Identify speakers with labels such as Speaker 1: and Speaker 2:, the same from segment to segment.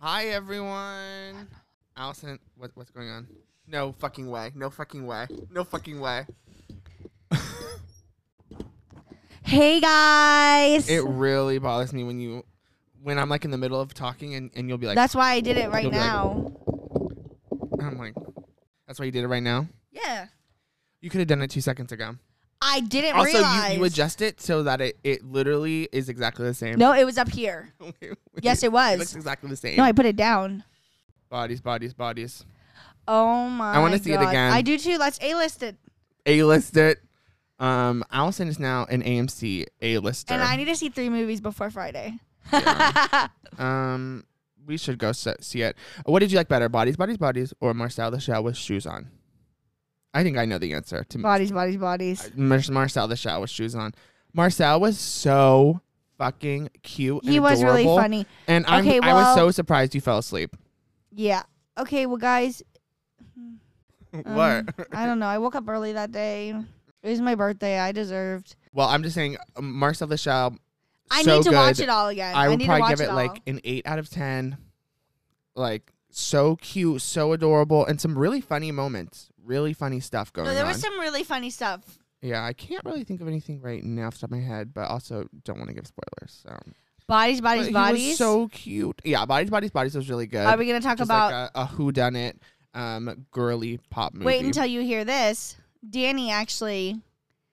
Speaker 1: Hi everyone. Allison, what, what's going on? No fucking way. No fucking way. No fucking way.
Speaker 2: Hey guys.
Speaker 1: It really bothers me when you when I'm like in the middle of talking and, and you'll be like
Speaker 2: That's why I did it right
Speaker 1: You'll be like-
Speaker 2: now.
Speaker 1: I'm like that's why you did it right now.
Speaker 2: yeah.
Speaker 1: You could have done it 2 seconds ago.
Speaker 2: I didn't
Speaker 1: also
Speaker 2: realize.
Speaker 1: you, you adjust it so that it, it literally is exactly the same.
Speaker 2: No, it was up here. Yes, it
Speaker 1: It
Speaker 2: was.
Speaker 1: looks exactly the same.
Speaker 2: no, I put it down.
Speaker 1: bodies, bodies, bodies.
Speaker 2: Oh my
Speaker 1: wanna see it
Speaker 2: God.
Speaker 1: again.
Speaker 2: I do too. Let's A-list it.
Speaker 1: A-listed. Um, Allison is now an AMC A-lister.
Speaker 2: And I need to see three movies before Friday.
Speaker 1: Um, we should go se- see it. What did you like better, Bodies, Bodies, Bodies, or Marcel the Shell with shoes on? I think I know the answer to Mar-
Speaker 2: bodies, bodies, bodies.
Speaker 1: Marcel the Shell with shoes on. Marcel was so fucking cute.
Speaker 2: He
Speaker 1: and
Speaker 2: was really
Speaker 1: adorable,
Speaker 2: funny.
Speaker 1: and I'm,
Speaker 2: Okay,
Speaker 1: I was
Speaker 2: well-
Speaker 1: so surprised you fell asleep.
Speaker 2: Yeah. Okay, well, guys, um,
Speaker 1: what?
Speaker 2: I don't know. I woke up early that day. It was my birthday. I deserved.
Speaker 1: Well, I'm just saying, um, Marcel the Shell.
Speaker 2: I
Speaker 1: so
Speaker 2: need to
Speaker 1: good.
Speaker 2: watch it all again. I,
Speaker 1: I would
Speaker 2: need to
Speaker 1: probably
Speaker 2: watch
Speaker 1: give it
Speaker 2: all.
Speaker 1: like an eight out of ten. Like so cute, so adorable, and some really funny moments. Really funny stuff going
Speaker 2: No, there
Speaker 1: on.
Speaker 2: was some really funny stuff.
Speaker 1: Yeah, I can't really think of anything right now off the top of my head, but also don't want to give spoilers. So.
Speaker 2: Bodies,
Speaker 1: But
Speaker 2: bodies,
Speaker 1: he
Speaker 2: bodies.
Speaker 1: was so cute. Yeah, bodies, bodies, bodies was really good.
Speaker 2: Are we gonna talk
Speaker 1: Just
Speaker 2: about?
Speaker 1: like a, a whodunit, um, girly pop movie?
Speaker 2: wait until you hear this. Danny actually.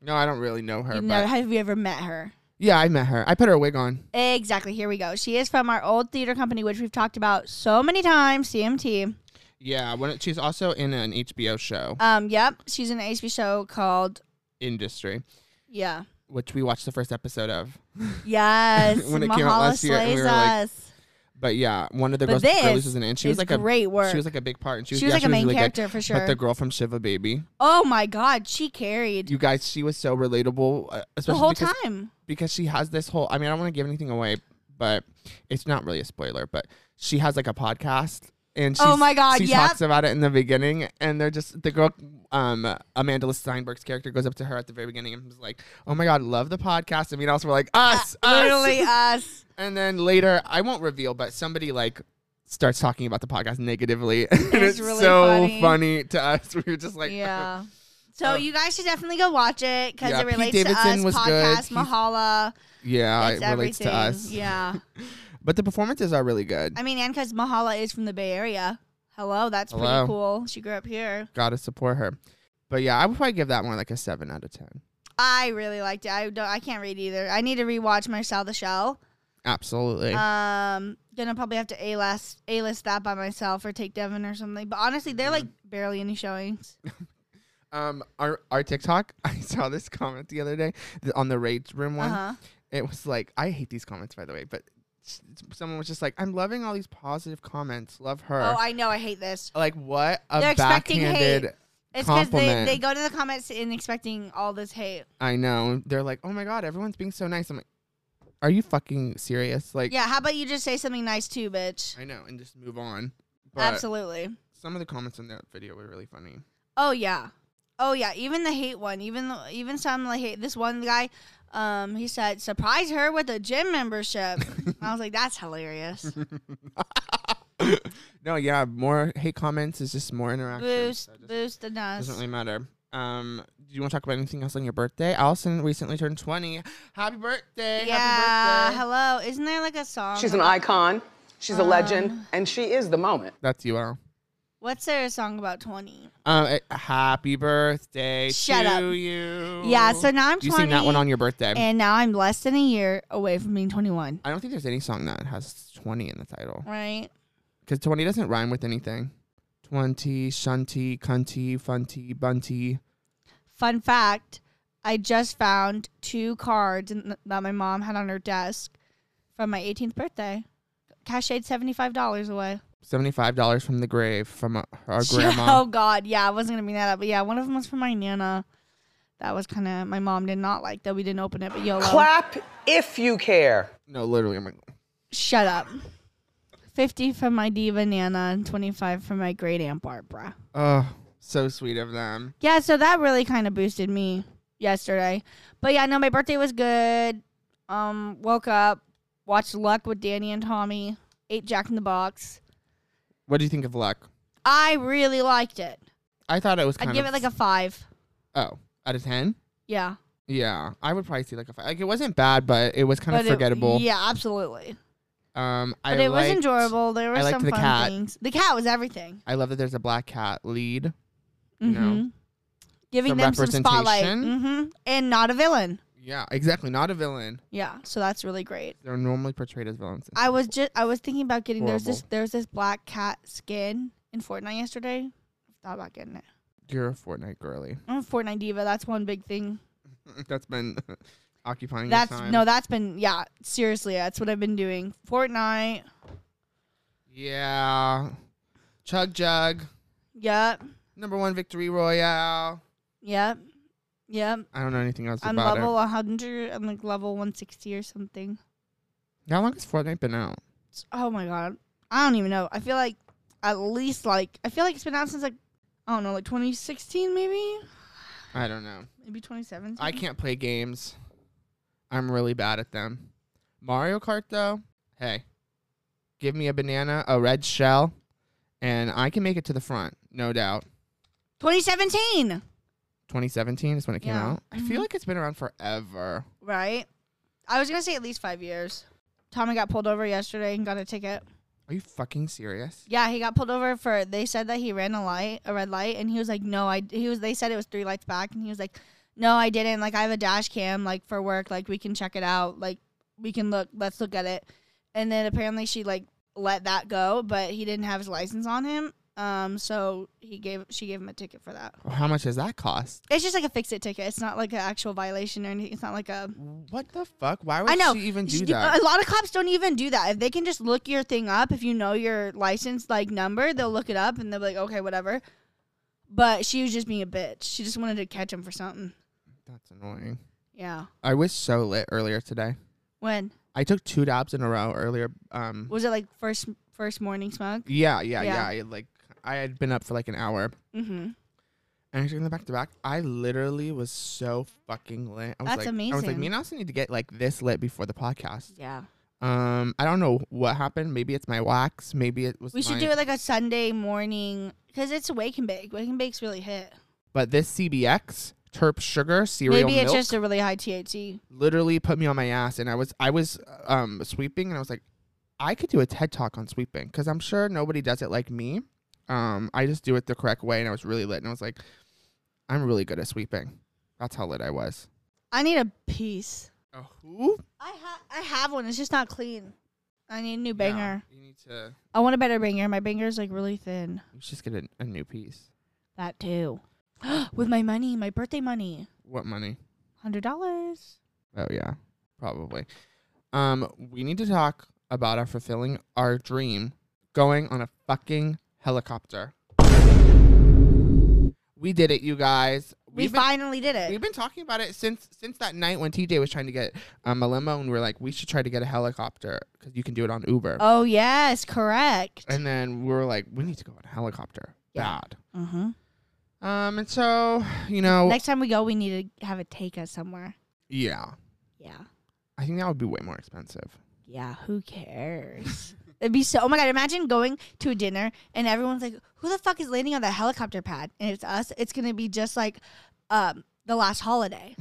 Speaker 1: no, I don't really know her.
Speaker 2: You
Speaker 1: but
Speaker 2: know, have you ever met her?
Speaker 1: yeah, I met her. I put her wig on.
Speaker 2: Exactly. Here we go. She is from our old theater company, which we've talked about so many times. CMT.
Speaker 1: Yeah, when it, she's also in an HBO show,
Speaker 2: Um. Yep. She's in an HB show called.
Speaker 1: Industry,
Speaker 2: Yeah.
Speaker 1: which we watched the first episode of.
Speaker 2: Yes.
Speaker 1: When it
Speaker 2: Mahala
Speaker 1: came out last year, and
Speaker 2: slays
Speaker 1: we were like,
Speaker 2: us.
Speaker 1: But yeah, one of the
Speaker 2: But
Speaker 1: girls,
Speaker 2: this
Speaker 1: girlies was in it. And she was
Speaker 2: It's
Speaker 1: like a
Speaker 2: great work.
Speaker 1: she was like a big part. And she was,
Speaker 2: She was
Speaker 1: yeah,
Speaker 2: like a main
Speaker 1: really good.
Speaker 2: character for sure.
Speaker 1: But the girl from Shiva Baby,
Speaker 2: oh my God, she carried
Speaker 1: you guys, she was so relatable, uh,
Speaker 2: the
Speaker 1: especially
Speaker 2: whole
Speaker 1: because
Speaker 2: time.
Speaker 1: because she has this whole I mean, I don't want to give anything away, but it's not really a spoiler, but she has like a podcast and she's,
Speaker 2: Oh my God,
Speaker 1: she
Speaker 2: yep.
Speaker 1: talks about it in the beginning and they're just the girl um Amanda Steinberg's character goes up to her at the very beginning and was like, Oh my god, love the podcast. And we also were like, Us, us
Speaker 2: Uh, Literally us.
Speaker 1: and then later I won't reveal, but somebody like starts talking about the podcast negatively. and it's
Speaker 2: It's really
Speaker 1: so
Speaker 2: funny.
Speaker 1: funny. to us. We were just like
Speaker 2: yeah. So
Speaker 1: Oh.
Speaker 2: you guys should definitely go watch it because
Speaker 1: Yeah,
Speaker 2: it
Speaker 1: Pete
Speaker 2: relates to
Speaker 1: Davidson
Speaker 2: us.
Speaker 1: was good.
Speaker 2: podcast
Speaker 1: He's-
Speaker 2: Mahala,
Speaker 1: Yeah,
Speaker 2: it's
Speaker 1: it relates
Speaker 2: everything.
Speaker 1: to us.
Speaker 2: Yeah,
Speaker 1: But the performances are really good.
Speaker 2: I mean, and because Mahala is from the Bay Area. Hello, that's pretty
Speaker 1: Hello.
Speaker 2: cool. She grew up here.
Speaker 1: gotta support her. But yeah, I would probably give that one like a seven out of ten.
Speaker 2: I really liked it. I don't. I can't read either. I need to rewatch Marcel the Shell.
Speaker 1: Absolutely.
Speaker 2: Um, gonna probably have to a list a list that by myself or take Devin or something. But honestly, they're like
Speaker 1: Mm-hmm.
Speaker 2: barely any showings.
Speaker 1: um, our our TikTok, I saw this comment the other day th- on the Rage Room
Speaker 2: Uh
Speaker 1: one.
Speaker 2: huh.
Speaker 1: It was like, I hate these comments by the way, but s- someone was just like, I'm loving all these positive comments. Love her.
Speaker 2: Oh, I know. I hate this.
Speaker 1: like what a
Speaker 2: They're expecting hate.
Speaker 1: backhanded.
Speaker 2: It's because they,
Speaker 1: Compliment.
Speaker 2: they go to the comments and expecting all this hate.
Speaker 1: I know. They're like, oh my god, everyone's being so nice. I'm like, are you fucking serious? Like,
Speaker 2: Yeah, how about you just say something nice too, bitch?
Speaker 1: I know, and just move on. But
Speaker 2: Absolutely.
Speaker 1: some of the comments in that video were really funny.
Speaker 2: Oh yeah. Oh yeah, even the hate one, even the, even some like hate this one guy, um, he said surprise her with a gym membership. I was like, that's hilarious.
Speaker 1: No, yeah, more hate comments is just more interaction.
Speaker 2: boost,
Speaker 1: so it doesn't-
Speaker 2: boost the nuts.
Speaker 1: Doesn't really matter. Um, do you want to talk about anything else on your birthday? Allison recently turned twenty. Happy birthday!
Speaker 2: Yeah.
Speaker 1: Happy birthday!
Speaker 2: Hello. Isn't there like a song?
Speaker 3: She's an icon, she's a legend, and she is the moment.
Speaker 1: That's you, Al.
Speaker 2: What's there a song about twenty?
Speaker 1: Um, eh, happy birthday
Speaker 2: Shut
Speaker 1: to
Speaker 2: up.
Speaker 1: you.
Speaker 2: Yeah. So now I'm
Speaker 1: you
Speaker 2: twenty.
Speaker 1: sing that one on your birthday.
Speaker 2: and now I'm less than a year away from being twenty-one.
Speaker 1: I don't think there's any song that has twenty in the title
Speaker 2: Right.
Speaker 1: because twenty doesn't rhyme with anything. Twenty, shunty, cunty, funty, bunty.
Speaker 2: Fun fact: I just found two cards in, that my mom had on her desk from my 18th birthday. Cached seventy-five dollars away.
Speaker 1: Seventy-five dollars from the grave from uh, our
Speaker 2: oh
Speaker 1: grandma.
Speaker 2: God, yeah, I wasn't gonna bring that up, but yeah, one of them was for my nana. That was kind of my mom did not like that we didn't open it, but YOLO.
Speaker 3: Clap if you care.
Speaker 1: No, literally, I'm like.
Speaker 2: Shut up. Fifty from my diva nana and twenty-five from my great aunt Barbara.
Speaker 1: Oh, so sweet of them.
Speaker 2: Yeah, so that really kind of boosted me yesterday. But yeah, no, my birthday was good. Um, woke up, watched Luck with Danny and Tommy, ate Jack in the Box.
Speaker 1: What do you think of Luck?
Speaker 2: I really liked it.
Speaker 1: I thought it was. Kind
Speaker 2: I'd give
Speaker 1: of
Speaker 2: it like a five.
Speaker 1: oh out of ten.
Speaker 2: Yeah.
Speaker 1: Yeah, I would probably see like a five. Like it wasn't bad, but it was kind
Speaker 2: But
Speaker 1: of
Speaker 2: it-
Speaker 1: forgettable.
Speaker 2: yeah, absolutely.
Speaker 1: Um, I
Speaker 2: But it was
Speaker 1: liked-
Speaker 2: enjoyable. There were
Speaker 1: I liked
Speaker 2: some
Speaker 1: the
Speaker 2: fun
Speaker 1: cat.
Speaker 2: things. The cat was everything.
Speaker 1: I love that there's a black cat lead.
Speaker 2: hmm
Speaker 1: know,
Speaker 2: Giving
Speaker 1: some
Speaker 2: them some spotlight.
Speaker 1: representation.
Speaker 2: hmm And not a villain.
Speaker 1: Yeah, exactly. Not a villain.
Speaker 2: Yeah. So that's really great.
Speaker 1: They're normally portrayed as villains.
Speaker 2: I was just I was thinking about getting there's this
Speaker 1: Horrible.
Speaker 2: there's this black cat skin in Fortnite yesterday. I thought about getting it.
Speaker 1: You're a Fortnite girly.
Speaker 2: I'm a Fortnite diva. That's one big thing.
Speaker 1: that's been occupying
Speaker 2: That's
Speaker 1: your time.
Speaker 2: no, that's been yeah. Seriously, that's what I've been doing. Fortnite.
Speaker 1: yeah. Chug Jug.
Speaker 2: Yep.
Speaker 1: Number one victory royale.
Speaker 2: Yep. Yep.
Speaker 1: I don't know anything else
Speaker 2: I'm
Speaker 1: about
Speaker 2: level 100. I'm like level 160 or something.
Speaker 1: it. How long has Fortnite been out?
Speaker 2: It's- oh my god. I don't even know. I feel like at least like I feel like it's been out since like I don't know, like 2016 maybe,
Speaker 1: I don't know.
Speaker 2: maybe 2017.
Speaker 1: I can't play games. I'm really bad at them. Mario Kart though, hey, give me a banana, a red shell, and I can make it to the front, no doubt.
Speaker 2: 2017,
Speaker 1: 2017 is when it came
Speaker 2: Yeah. mhm.
Speaker 1: out. I feel like it's been around forever.
Speaker 2: right? I was gonna say at least five years. Tommy got pulled over yesterday and got a ticket.
Speaker 1: Are you fucking serious?
Speaker 2: Yeah, he got pulled over for. They said that he ran a light, a red light, and he was like, "No, I." He was. They said it was three lights back, and he was like, "No, I didn't. Like, I have a dash cam, like for work. Like, we can check it out. Like, we can look. Let's look at it." And then apparently she like let that go, but he didn't have his license on him. Um, so he gave she gave him a ticket for that.
Speaker 1: How much does that cost?
Speaker 2: It's just like a fix it ticket. It's not like an actual violation or anything. It's not like a.
Speaker 1: What the fuck? Why would
Speaker 2: I know. uh,
Speaker 1: she even
Speaker 2: Sh-
Speaker 1: do that?
Speaker 2: A lot of cops don't even do that. If they can just look your thing up, if you know your license like number, they'll look it up and they'll be like, okay, whatever. But she was just being a bitch. She just wanted to catch him for something.
Speaker 1: That's annoying.
Speaker 2: Yeah.
Speaker 1: I was so lit earlier today.
Speaker 2: When
Speaker 1: I took two dabs in a row earlier. Um,
Speaker 2: was it like first first morning smoke?
Speaker 1: yeah, yeah,
Speaker 2: Yeah.
Speaker 1: yeah. I, like I had been up for like an hour.
Speaker 2: Mm-hmm.
Speaker 1: And I took the back to back. I literally was so fucking lit. I was
Speaker 2: That's
Speaker 1: like, I was like,
Speaker 2: amazing.
Speaker 1: me and Allison need to get like this lit before the podcast.
Speaker 2: Yeah.
Speaker 1: Um, I don't know what happened. Maybe it's my wax. Maybe it was.
Speaker 2: We should do it like a Sunday morning because it's wake and bake. Wake and bake's really hit.
Speaker 1: But this CBX Terp Sugar cereal
Speaker 2: Maybe
Speaker 1: milk
Speaker 2: it's just a really high THC.
Speaker 1: literally put me on my ass, and I was I was um sweeping, and I was like, I could do a TED talk on sweeping because I'm sure nobody does it like me. Um, I just do it the correct way, and I was really lit, and I was like, I'm really good at sweeping. That's how lit I was.
Speaker 2: I need a piece.
Speaker 1: A who?
Speaker 2: I ha- I have one. It's just not clean. I need a new banger.
Speaker 1: you need to.
Speaker 2: I want a better banger. My banger's like really thin.
Speaker 1: You should just get a, a new piece.
Speaker 2: That too. With my money, my birthday money,
Speaker 1: What money?
Speaker 2: hundred dollars.
Speaker 1: Oh yeah, probably. Um, we need to talk about our fulfilling our dream, going on a fucking helicopter. We did it, you guys.
Speaker 2: We
Speaker 1: We've been,
Speaker 2: finally did it.
Speaker 1: we've been talking about it since since that night when TJ was trying to get um, a limo, and we are like, we should try to get a helicopter because you can do it on Uber.
Speaker 2: oh yes, correct.
Speaker 1: And then we were like, we need to go on a helicopter.
Speaker 2: Yeah.
Speaker 1: Bad.
Speaker 2: hmm
Speaker 1: Um, and so you know,
Speaker 2: Next time we go, we need to have it take us somewhere.
Speaker 1: yeah,
Speaker 2: Yeah,
Speaker 1: I think that would be way more expensive.
Speaker 2: yeah. Who cares? It'd be so. Oh my god! Imagine going to a dinner and everyone's like, "Who the fuck is landing on the helicopter pad?" And it's us. It's gonna be just like, um, the last holiday.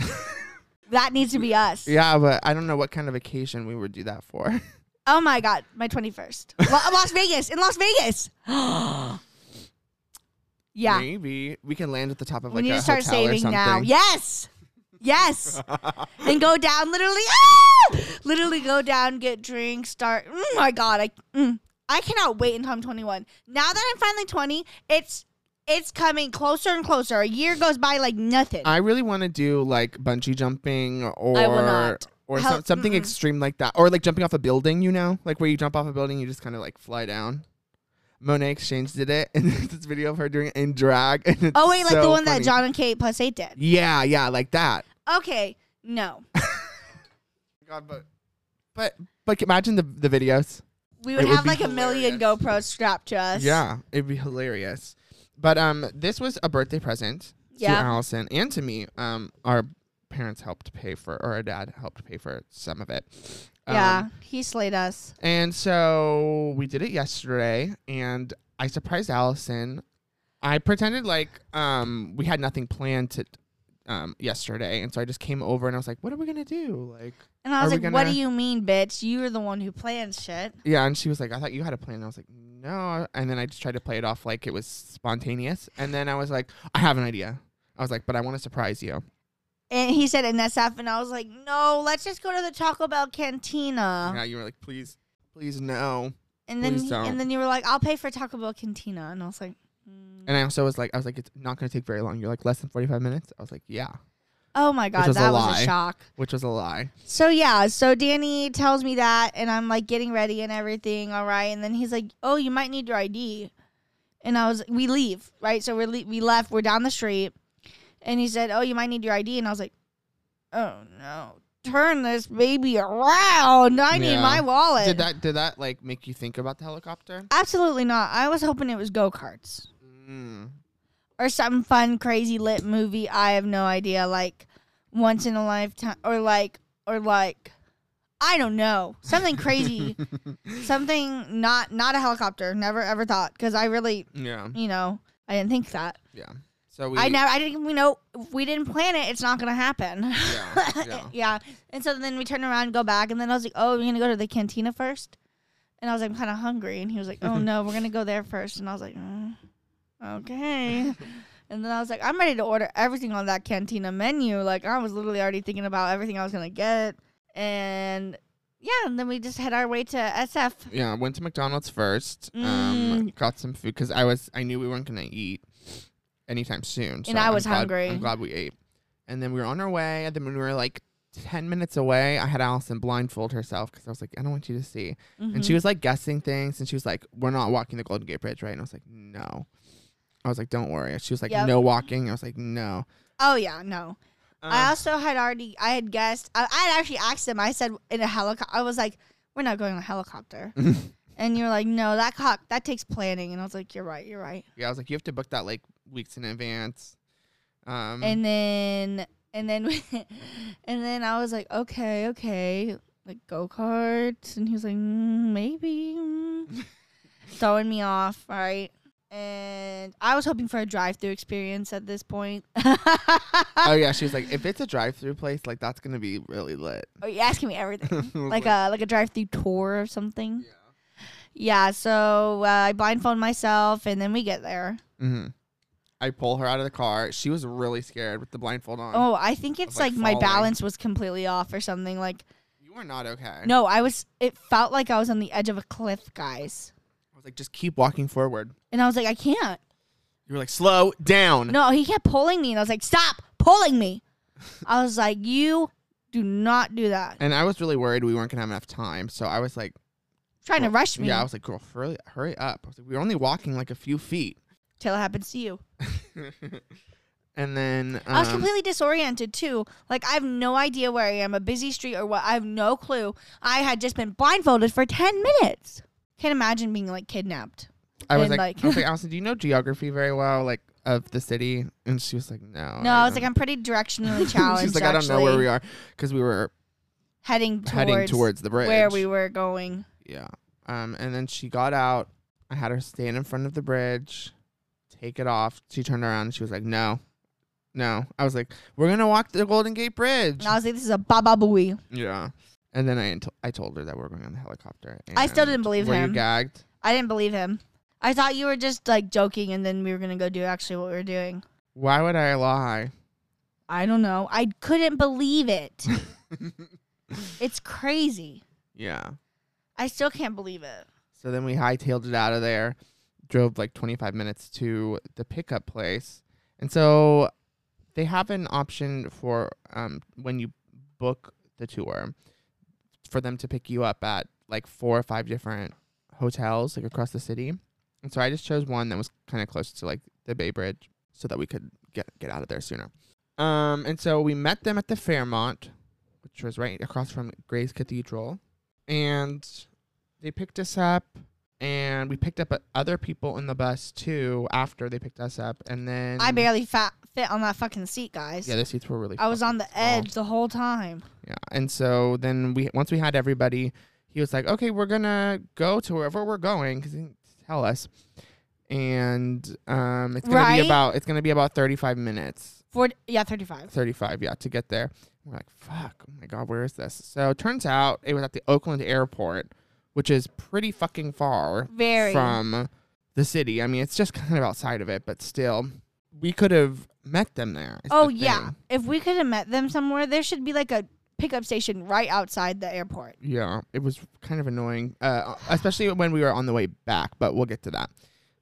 Speaker 2: that needs to be us.
Speaker 1: Yeah, but I don't know what kind of occasion we would do that for.
Speaker 2: Oh my god, my 21st. La- Las Vegas, in Las Vegas. yeah.
Speaker 1: Maybe we can land at the top of
Speaker 2: we
Speaker 1: like
Speaker 2: need
Speaker 1: a
Speaker 2: to start
Speaker 1: hotel or
Speaker 2: saving
Speaker 1: something.
Speaker 2: now. Yes. Yes. and go down literally ah! literally go down, get drinks, start. Oh my god, I mm, I cannot wait until I'm 21. Now that I'm finally 20, it's it's coming closer and closer. A year goes by like nothing.
Speaker 1: I really want to do like bungee jumping or
Speaker 2: I will not.
Speaker 1: or
Speaker 2: Hell-
Speaker 1: some- something
Speaker 2: mm-mm.
Speaker 1: extreme like that, or like jumping off a building. You know, like where you jump off a building, you just kind of like fly down. Monet Exchange did it, and there's this video of her doing it in drag. And it's
Speaker 2: oh wait, like the
Speaker 1: so
Speaker 2: one
Speaker 1: funny.
Speaker 2: that John and Kate plus 8 did.
Speaker 1: Yeah, yeah, like that.
Speaker 2: Okay, no.
Speaker 1: God, but but but imagine the the videos.
Speaker 2: We would
Speaker 1: It would
Speaker 2: have
Speaker 1: be
Speaker 2: like a million
Speaker 1: hilarious.
Speaker 2: GoPros strapped to us.
Speaker 1: Yeah, it'd be hilarious. But um, this was a birthday present
Speaker 2: Yeah.
Speaker 1: to Allison and to me. Um, our parents helped pay for, or our dad helped pay for some of it. Um,
Speaker 2: Yeah, he slayed us.
Speaker 1: And so we did it yesterday, and I I surprised Allison. I pretended like um we had nothing planned to um yesterday, and so I just came over and I was like, "What are we gonna do?" Like,
Speaker 2: And I was
Speaker 1: Are
Speaker 2: like,
Speaker 1: we
Speaker 2: "What do
Speaker 1: gonna-
Speaker 2: you mean, bitch? You're the one who plans shit."
Speaker 1: yeah. And she was like, "I thought you had a plan." And I was like, "No." And then I just tried to play it off like it was spontaneous, and then I was like, "I have an idea." I was like, "But I want to surprise you."
Speaker 2: And he said, "And that's up." And I was like, "No, let's just go to the Taco Bell cantina."
Speaker 1: yeah, you were like, "Please, please, no."
Speaker 2: And then
Speaker 1: Please
Speaker 2: he-
Speaker 1: don't.
Speaker 2: and then you were like, "I'll pay for Taco Bell cantina," and I was like, mm.
Speaker 1: And I also was like, I was like, it's not going to take very long. You're like, less than 45 minutes? I was like, yeah,
Speaker 2: "Oh my god,
Speaker 1: was a
Speaker 2: that was
Speaker 1: lie.
Speaker 2: a shock."
Speaker 1: which was a lie.
Speaker 2: So yeah, so Danny tells me that, and I'm like getting ready and everything, all right. And then he's like, "Oh, you might need your ID," and I was, "We leave, right?" So we le- we left. We're down the street, and he said, "Oh, you might need your ID," and I was like, "Oh no, turn this baby around! I need
Speaker 1: Yeah.
Speaker 2: my wallet."
Speaker 1: Did that, did that like make you think about the helicopter?
Speaker 2: Absolutely not. I was hoping it was go karts
Speaker 1: Mm.
Speaker 2: or some fun, crazy lit movie. I have no idea. Like once in a lifetime, or like, or like, I don't know. Something crazy. something not not a helicopter. Never ever thought because I really,
Speaker 1: Mm, Yeah.
Speaker 2: you know, I didn't think that.
Speaker 1: Yeah. So we,
Speaker 2: I never. I didn't. We know if we didn't plan it. It's not gonna happen.
Speaker 1: Yeah, yeah.
Speaker 2: And so then we turn around, and go back, and then I was like, "Oh, we're gonna go to the cantina first? And I was like, "I'm kind of hungry," and he was like, "Oh no, we're gonna go there first. And I was like, "Mm, "Okay." and then I was like, "I'm ready to order everything on that cantina menu." Like I was literally already thinking about everything I was gonna get, and yeah, and then we just head our way to SF.
Speaker 1: yeah, went to McDonald's first, um,
Speaker 2: Mm.
Speaker 1: got some food because I was, I knew we weren't going to eat anytime soon. So
Speaker 2: I was
Speaker 1: I'm glad-
Speaker 2: hungry.
Speaker 1: I'm glad we ate. And then we were on our way. And then when we were like 10 minutes away, I had Allison blindfold herself because I was like, I don't want you to see. And she
Speaker 2: Mm-hmm.
Speaker 1: was like guessing things, and she was like, "We're not walking the Golden Gate Bridge, right?" And I was like, "No." I was like, "Don't worry." She was like,
Speaker 2: Yep.
Speaker 1: "No walking." I was like, "No."
Speaker 2: Oh yeah, no.
Speaker 1: Uh-huh.
Speaker 2: I also had already, I had guessed, I, I had actually asked him, I said in a helicopter, I was like, we're not going on a helicopter. and you were like, no, that cock, that takes planning. And I was like, you're right, you're right.
Speaker 1: yeah, I was like, "You have to book that like weeks in advance." Um,
Speaker 2: And then, and then, and then I was like, okay, okay, like go karts. And he was like, mm, maybe. mm." Throwing me off, right? And I was hoping for a drive through experience at this point.
Speaker 1: oh yeah, she was like, "If it's a drive-through place, like that's gonna be really lit."
Speaker 2: Are you Oh, asking me everything?
Speaker 1: I was
Speaker 2: like a like a drive through tour or something. Yeah. so uh, I blindfold myself, and then we get there.
Speaker 1: mhm. I pull her out of the car. She was really scared with the blindfold on.
Speaker 2: Oh, I think it's
Speaker 1: like,
Speaker 2: like, my
Speaker 1: falling.
Speaker 2: balance was completely off or something. Like
Speaker 1: You were not okay.
Speaker 2: no, I was. It felt like I was on the edge of a cliff, guys.
Speaker 1: I was like, "Just keep walking forward."
Speaker 2: And I was like, I can't.
Speaker 1: You were like, "Slow down."
Speaker 2: No, he kept pulling me, and I was like, stop pulling me. I was like, you do not do that.
Speaker 1: And I was really worried we weren't gonna have enough time, so I was like.
Speaker 2: Trying to rush me
Speaker 1: Yeah, I was like, girl, hurry, hurry up. I was like, we were only walking like a few feet.
Speaker 2: till it happens to you.
Speaker 1: and then
Speaker 2: I was
Speaker 1: um,
Speaker 2: completely disoriented too. Like I have no idea where I am, a busy street or what. I have no clue. I had just been blindfolded for ten minutes. Can't imagine being like kidnapped.
Speaker 1: I was
Speaker 2: and,
Speaker 1: like,
Speaker 2: like-
Speaker 1: I was like, Allison, do you know geography very well, like of the city? And she was like, no.
Speaker 2: No, I
Speaker 1: don't."
Speaker 2: was like, I'm pretty directionally challenged.
Speaker 1: She's like, I don't know where
Speaker 2: actually,
Speaker 1: we are because we were
Speaker 2: Heading towards,
Speaker 1: heading towards the bridge.
Speaker 2: where we were going.
Speaker 1: Yeah. Um, and then she got out. I had her stand in front of the bridge, take it off. She turned around and she was like, no, no. I was like, we're gonna walk the Golden Gate Bridge.
Speaker 2: And I was like, this is a baba booey.
Speaker 1: Yeah. And then I int- I told her that we were going on the helicopter.
Speaker 2: I still didn't
Speaker 1: and-
Speaker 2: believe
Speaker 1: were
Speaker 2: him.
Speaker 1: you gagged?
Speaker 2: I didn't believe him. I thought you were just like joking, and then we were gonna go do actually what we were doing.
Speaker 1: Why would I lie?
Speaker 2: I don't know. I couldn't believe it. it's crazy.
Speaker 1: Yeah.
Speaker 2: I still can't believe it.
Speaker 1: So then we hightailed it out of there, drove like 25 minutes to the pickup place. And so they have an option for um, when you book the tour for them to pick you up at like four or five different hotels like across the city. And so I just chose one that was kind of close to like the Bay Bridge so that we could get get out of there sooner. Um, and so we met them at the Fairmont, which was right across from Gray's Cathedral. And they picked us up and we picked up uh, other people in the bus too after they picked us up and then
Speaker 2: I barely fa- fit on that fucking seat, guys.
Speaker 1: yeah the seats were really
Speaker 2: I was
Speaker 1: fucking
Speaker 2: on the
Speaker 1: small.
Speaker 2: edge the whole time.
Speaker 1: yeah and so then we once we had everybody he was like okay we're gonna go to wherever we're going because he didn't tell us and um, it's gonna
Speaker 2: Right?
Speaker 1: be about it's gonna be about thirty five minutes.
Speaker 2: 40, yeah, 35.
Speaker 1: 35, yeah, to get there. We're like, fuck, oh my God, where is this? So it turns out it was at the Oakland airport, which is pretty fucking far
Speaker 2: Very.
Speaker 1: from the city. I mean, it's just kind of outside of it, but still, we could have met them there. is
Speaker 2: Oh
Speaker 1: the
Speaker 2: yeah.
Speaker 1: thing.
Speaker 2: If we could have met them somewhere, there should be like a pickup station right outside the airport.
Speaker 1: Yeah, it was kind of annoying, uh, especially when we were on the way back, but we'll get to that.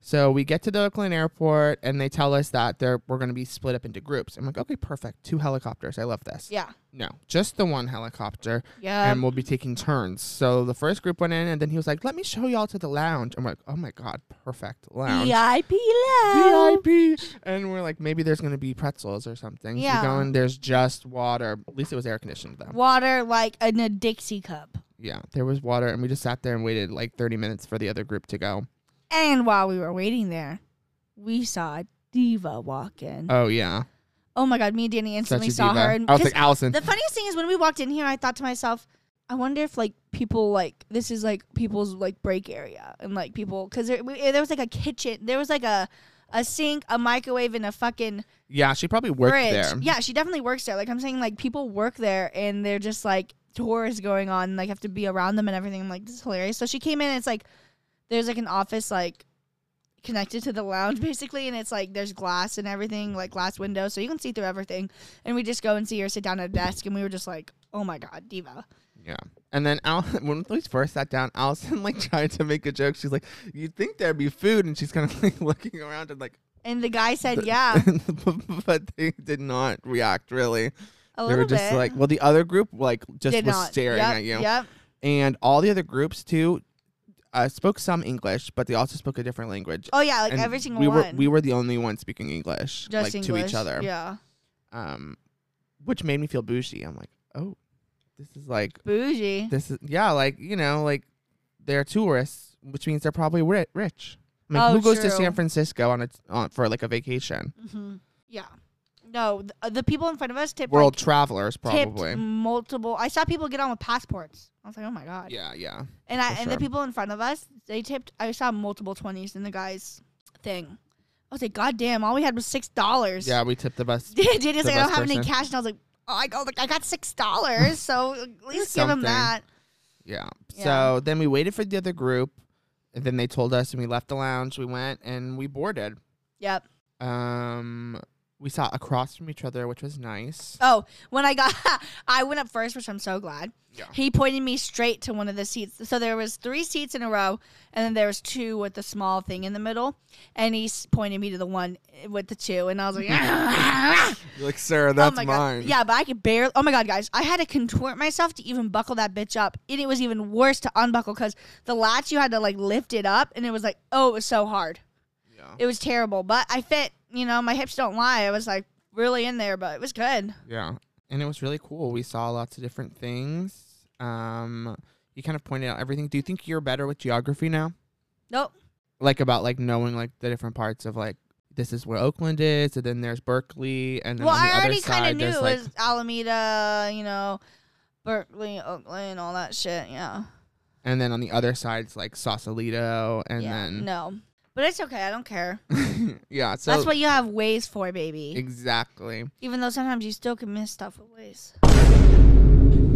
Speaker 1: So we get to the Oakland airport and they tell us that they're, we're going to be split up into groups. I'm like, okay, perfect. Two helicopters. I love this.
Speaker 2: Yeah. Um,
Speaker 1: No, just the one helicopter.
Speaker 2: Yeah.
Speaker 1: and we'll be taking turns. So the first group went in, and then he was like, "Let me show y'all to the lounge." I'm like, "Oh my god, perfect lounge."
Speaker 2: VIP lounge.
Speaker 1: VIP, and we're like, maybe there's gonna be pretzels or something. So
Speaker 2: Yeah.
Speaker 1: we go in, there's just water. At least it was air conditioned though.
Speaker 2: Water like in a Dixie cup.
Speaker 1: Yeah, there was water, and we just sat there and waited like 30 minutes for the other group to go.
Speaker 2: And while we were waiting there, we saw a diva walk in.
Speaker 1: Oh yeah,
Speaker 2: oh my god, me and Danny
Speaker 1: such
Speaker 2: instantly
Speaker 1: a
Speaker 2: saw
Speaker 1: diva.
Speaker 2: her. And
Speaker 1: I was
Speaker 2: 'cause
Speaker 1: like, Allison.
Speaker 2: the funniest thing is when we walked in here, I thought to myself, I wonder if like people like this is like people's like break area and like people because there, we- there was like a kitchen, there was like a a sink, a microwave, and a fucking
Speaker 1: yeah, she probably worked
Speaker 2: bridge.
Speaker 1: there.
Speaker 2: Yeah, she definitely works there. Like I'm saying, like people work there and they're just like tours going on, and, like have to be around them and everything. I'm like, this is hilarious. So she came in and it's like there's like an office like connected to the lounge basically and it's like there's glass and everything, like glass windows, so you can see through everything. And we just go and see her sit down at a desk and we were just like, Oh my god, Diva.
Speaker 1: Yeah. And then Al, when we first sat down, Allison like tried to make a joke. She's like, "You'd think there'd be food," and she's kind of like looking around and like,
Speaker 2: And the guy said, Yeah,
Speaker 1: but they did not react really.
Speaker 2: Ah. a
Speaker 1: they
Speaker 2: little
Speaker 1: were just
Speaker 2: bit.
Speaker 1: like, well, the other group like just
Speaker 2: Did
Speaker 1: was
Speaker 2: not.
Speaker 1: staring
Speaker 2: Yep,
Speaker 1: at you,
Speaker 2: Yep.
Speaker 1: and all the other groups too uh, spoke some English, but they also spoke a different language.
Speaker 2: Oh yeah, like
Speaker 1: And
Speaker 2: every single
Speaker 1: we
Speaker 2: one.
Speaker 1: were we were the only ones speaking English,
Speaker 2: just
Speaker 1: like
Speaker 2: English.
Speaker 1: to each other,
Speaker 2: Yeah.
Speaker 1: um, which made me feel bougie. I'm like, oh, this is like
Speaker 2: Bougie.
Speaker 1: this is yeah, like you know, like they're tourists, which means they're probably ri- rich. I mean,
Speaker 2: Oh,
Speaker 1: who goes to
Speaker 2: true.
Speaker 1: San Francisco on a on, for like a vacation?
Speaker 2: hmm Yeah. No, th- uh, the people in front of us tipped
Speaker 1: World
Speaker 2: like,
Speaker 1: travelers, probably.
Speaker 2: tipped multiple. I saw people get on with passports. I was like, oh my god.
Speaker 1: Yeah, yeah.
Speaker 2: And I
Speaker 1: for
Speaker 2: and the
Speaker 1: sure.
Speaker 2: people in front of us, they tipped. I saw multiple twenties in the guys' thing. I was like, god damn, all we had was six dollars.
Speaker 1: Yeah, we tipped the bus.
Speaker 2: Daniel's
Speaker 1: The
Speaker 2: like, I don't
Speaker 1: best
Speaker 2: have any
Speaker 1: person.
Speaker 2: cash, and I was like, oh, I got like I got six dollars, so at least give him
Speaker 1: Something.
Speaker 2: that.
Speaker 1: Yeah.
Speaker 2: Yeah.
Speaker 1: So then we waited for the other group, and then they told us, and we left the lounge. We went and we boarded.
Speaker 2: Yep.
Speaker 1: Um, we sat across from each other, which was nice.
Speaker 2: Oh, when I got, I went up first, which I'm so glad.
Speaker 1: Yeah.
Speaker 2: He pointed me straight to one of the seats. So there was three seats in a row, and then there was two with the small thing in the middle, and he s- pointed me to the one eh, with the two, and I was like,
Speaker 1: You're like, sir,
Speaker 2: oh my god, yeah, but I could barely. Oh my god, guys, I had to contort myself to even buckle that bitch up, and it was even worse to unbuckle because the latch you had to like lift it up, and it was like, oh, it was so hard.
Speaker 1: Yeah.
Speaker 2: It was terrible, but I fit. You know, my hips don't lie. I was like really in there, but it was good.
Speaker 1: Yeah. And it was really cool. We saw lots of different things. Um, you kind of pointed out everything. Do you think you're better with geography now?
Speaker 2: Nope.
Speaker 1: Like about like knowing like the different parts of like this is where Oakland is, and then there's Berkeley, and then
Speaker 2: well,
Speaker 1: on the
Speaker 2: I
Speaker 1: other
Speaker 2: already kind
Speaker 1: side
Speaker 2: of knew
Speaker 1: there's
Speaker 2: it
Speaker 1: like
Speaker 2: was Alameda, you know, Berkeley, Oakland, all that shit. Yeah.
Speaker 1: and then on the other side it's like Sausalito, and
Speaker 2: yeah.
Speaker 1: then
Speaker 2: no, but it's okay. I don't care.
Speaker 1: yeah, so
Speaker 2: That's what you have ways for, baby.
Speaker 1: exactly.
Speaker 2: Even though sometimes you still can miss stuff with ways.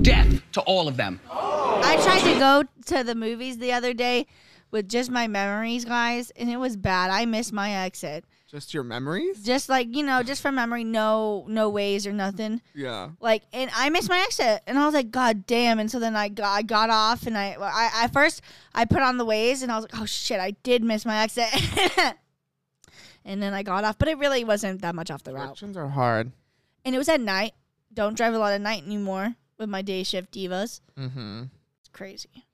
Speaker 3: Death to all of them.
Speaker 2: I tried to go to the movies the other day with just my memories, guys, and it was bad. I missed my exit.
Speaker 1: Just your memories?
Speaker 2: Just like you know, just from memory, no, no ways or nothing.
Speaker 1: Yeah.
Speaker 2: like and I missed my exit and I was like god damn and so then I got, I got off and I, I I first I put on the ways and I was like oh shit I did miss my exit and then I got off but it really wasn't that much off the route
Speaker 1: Directions are hard.
Speaker 2: and it was at night don't drive a lot at night anymore with my day shift divas
Speaker 1: Mm-hmm.
Speaker 2: it's crazy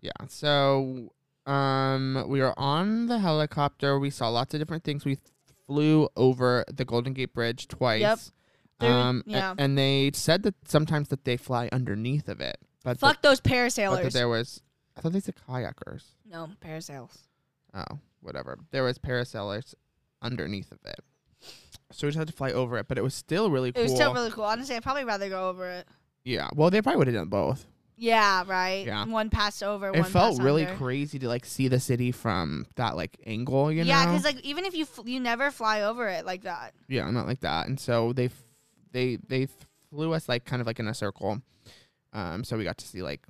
Speaker 1: Yeah. So um we were on the helicopter. We saw lots of different things. We flew over the Golden Gate Bridge twice.
Speaker 2: There-
Speaker 1: Um a-
Speaker 2: yeah.
Speaker 1: and they said that sometimes that they fly underneath of it. But that-
Speaker 2: fuck those
Speaker 1: but that
Speaker 2: parasailers
Speaker 1: there was I thought they said kayakers.
Speaker 2: no parasails
Speaker 1: Oh, whatever. There was parasailers underneath of it. So we just had to fly over it, but it was still really
Speaker 2: it
Speaker 1: cool.
Speaker 2: was still really cool honestly I'd probably rather go over it
Speaker 1: yeah. Well, they probably would have done both.
Speaker 2: Yeah, right.
Speaker 1: Yeah.
Speaker 2: One passed over.
Speaker 1: It
Speaker 2: one
Speaker 1: felt
Speaker 2: passed
Speaker 1: really
Speaker 2: under.
Speaker 1: crazy to like see the city from that like angle, you know?
Speaker 2: yeah, because like even if you fl- you never fly over it like that.
Speaker 1: yeah, not like that. And so they f- they they flew us like kind of like in a circle. Um, so we got to see like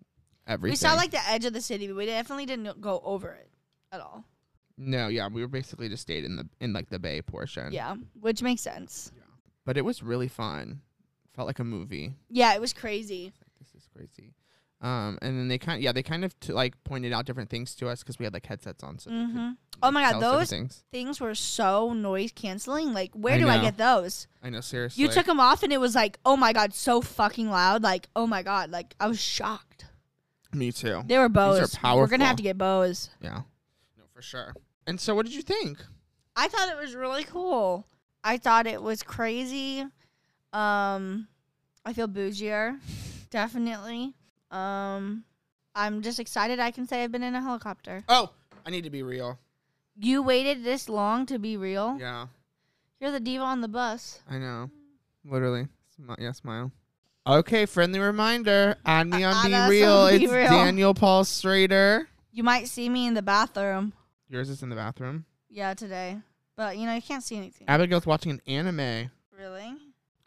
Speaker 1: everything.
Speaker 2: We saw like the edge of the city, but we definitely didn't go over it at all.
Speaker 1: no, yeah, we were basically just stayed in the in like the bay portion.
Speaker 2: Yeah, which makes sense.
Speaker 1: but it was really fun. Felt like a movie.
Speaker 2: Yeah, it was crazy.
Speaker 1: This is crazy. Um, and then they kind yeah they kind of t- like pointed out different things to us because we had like headsets on. So they could,
Speaker 2: hmm Oh my
Speaker 1: like, tell us different
Speaker 2: god, those
Speaker 1: things.
Speaker 2: things were so noise canceling. Like, where
Speaker 1: I
Speaker 2: do I
Speaker 1: know.
Speaker 2: get those?
Speaker 1: I know seriously.
Speaker 2: You took them off, and it was like, oh my god, so fucking loud. Like, oh my god, like I was shocked.
Speaker 1: me too.
Speaker 2: They were Bose. We're gonna
Speaker 1: powerful.
Speaker 2: have to get Bose.
Speaker 1: Yeah. No, for sure. And so, what did you think?
Speaker 2: I thought it was really cool. I thought it was crazy. Um, I feel bougier, definitely. Um, I'm just excited. I can say I've been in a helicopter.
Speaker 1: Oh, I need to be real.
Speaker 2: You waited this long to be real.
Speaker 1: Yeah,
Speaker 2: You're the diva on the bus.
Speaker 1: I know. Literally. Smi- yeah, smile. Okay, friendly reminder. Add me on
Speaker 2: Add us
Speaker 1: Be
Speaker 2: on
Speaker 1: Real.
Speaker 2: Be
Speaker 1: It's
Speaker 2: Real.
Speaker 1: Daniel Paul Strader.
Speaker 2: You might see me in the bathroom.
Speaker 1: Yours is in the bathroom.
Speaker 2: Yeah, today. But you know, you can't see anything.
Speaker 1: Abigail's watching an anime.
Speaker 2: Really?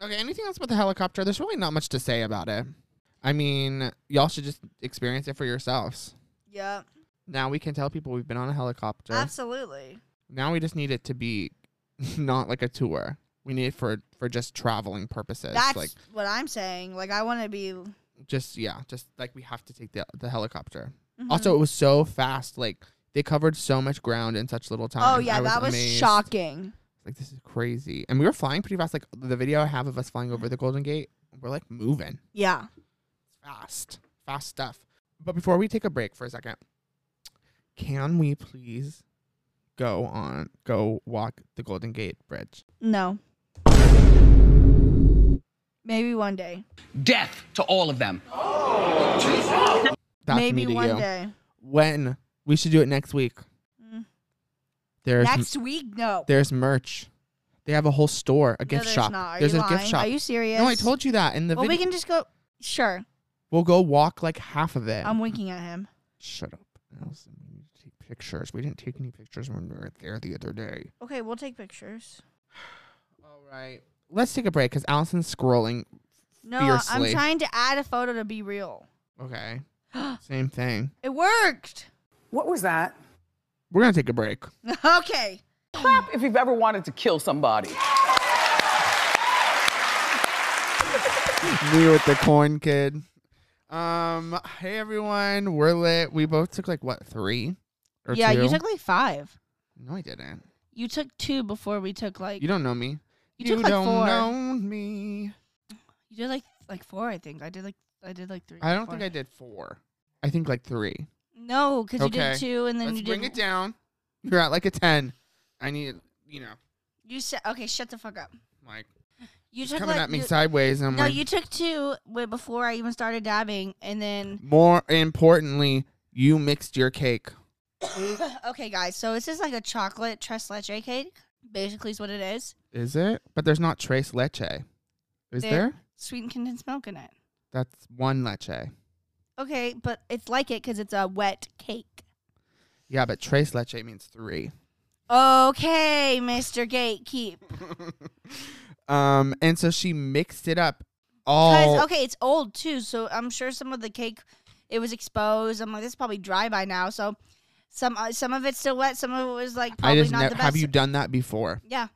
Speaker 1: Okay, anything else about the helicopter? There's really not much to say about it. I mean, y'all should just experience it for yourselves.
Speaker 2: Yeah.
Speaker 1: Now we can tell people we've been on a helicopter.
Speaker 2: Absolutely.
Speaker 1: Now we just need it to be not like a tour. We need it for for just traveling purposes.
Speaker 2: That's
Speaker 1: like
Speaker 2: what I'm saying. Like I want to be
Speaker 1: just yeah, just like we have to take the the helicopter.
Speaker 2: Mhm.
Speaker 1: Also, it was so fast. Like they covered so much ground in such little time.
Speaker 2: Oh yeah,
Speaker 1: I
Speaker 2: that was
Speaker 1: amazed.
Speaker 2: shocking.
Speaker 1: Like this is crazy. And we were flying pretty fast. Like the video I have of us flying over the Golden Gate, we're like moving
Speaker 2: Yeah.
Speaker 1: fast, fast stuff. But before we take a break for a second, can we please go on go walk the Golden Gate Bridge?
Speaker 2: No. Maybe one day.
Speaker 4: Death to all of them.
Speaker 1: That's me
Speaker 2: Maybe
Speaker 1: to
Speaker 2: one
Speaker 1: you.
Speaker 2: day.
Speaker 1: When we should do it next week.
Speaker 2: Mm.
Speaker 1: There's
Speaker 2: Next week? No.
Speaker 1: There's merch. They have a whole store, a gift
Speaker 2: no, there's
Speaker 1: shop.
Speaker 2: Not. Are
Speaker 1: There's
Speaker 2: you
Speaker 1: a
Speaker 2: lying?
Speaker 1: gift shop.
Speaker 2: Are you serious?
Speaker 1: no, I told you that in the
Speaker 2: Well,
Speaker 1: video.
Speaker 2: we can just go. Sure.
Speaker 1: will go walk like half of it.
Speaker 2: I'm winking at him.
Speaker 1: Shut up. Allison, we need to take pictures. We didn't take any pictures when we were there the other day.
Speaker 2: Okay, we'll take pictures.
Speaker 1: All right. Let's take a break because Allison's scrolling.
Speaker 2: No,
Speaker 1: Fiercely.
Speaker 2: I'm trying to add a photo to be real.
Speaker 1: Okay. Same thing.
Speaker 2: It worked.
Speaker 3: What was that?
Speaker 1: We're going to take a break.
Speaker 2: okay.
Speaker 3: Clap if you've ever wanted to kill somebody.
Speaker 1: Me with the corn kid. Um, hey everyone. We're lit. We both took like what, three? Or
Speaker 2: Yeah, you
Speaker 1: two?
Speaker 2: took like five.
Speaker 1: No, I didn't.
Speaker 2: You took two before we took like
Speaker 1: You
Speaker 2: you,
Speaker 1: don't know me.
Speaker 2: You took, like,
Speaker 1: don't
Speaker 2: four.
Speaker 1: know me.
Speaker 2: did like like four. I think I did like I did like three.
Speaker 1: I don't think I did four. I think like three.
Speaker 2: No, because you
Speaker 1: Okay.
Speaker 2: did two and then
Speaker 1: Let's
Speaker 2: you
Speaker 1: bring
Speaker 2: did.
Speaker 1: it down. You're at like a ten. I need, you know,
Speaker 2: You said okay. Shut the fuck up.
Speaker 1: like
Speaker 2: You
Speaker 1: it's
Speaker 2: took
Speaker 1: coming
Speaker 2: like,
Speaker 1: at me
Speaker 2: you-
Speaker 1: sideways. I'm
Speaker 2: No,
Speaker 1: like,
Speaker 2: you took two way before I even started dabbing, and then
Speaker 1: more importantly, you mixed your cake.
Speaker 2: okay, guys. So this is like a chocolate tres leche cake. Basically, is what it is.
Speaker 1: Is it? But there's not trace leche. Is
Speaker 2: There-
Speaker 1: there?
Speaker 2: Sweetened condensed milk in it.
Speaker 1: That's one leche.
Speaker 2: Okay, but it's like it because it's a wet cake.
Speaker 1: Yeah, but trace leche means three.
Speaker 2: Okay, Mister Gatekeep.
Speaker 1: Um, and so she mixed it up
Speaker 2: Because
Speaker 1: all.
Speaker 2: okay, it's old too, so I'm sure some of the cake it was exposed. I'm like, this is probably dry by now. So some uh, some of it's still wet. Some of it was like
Speaker 1: I
Speaker 2: probably
Speaker 1: just
Speaker 2: not
Speaker 1: nev-
Speaker 2: the best.
Speaker 1: have you done that before?
Speaker 2: yeah,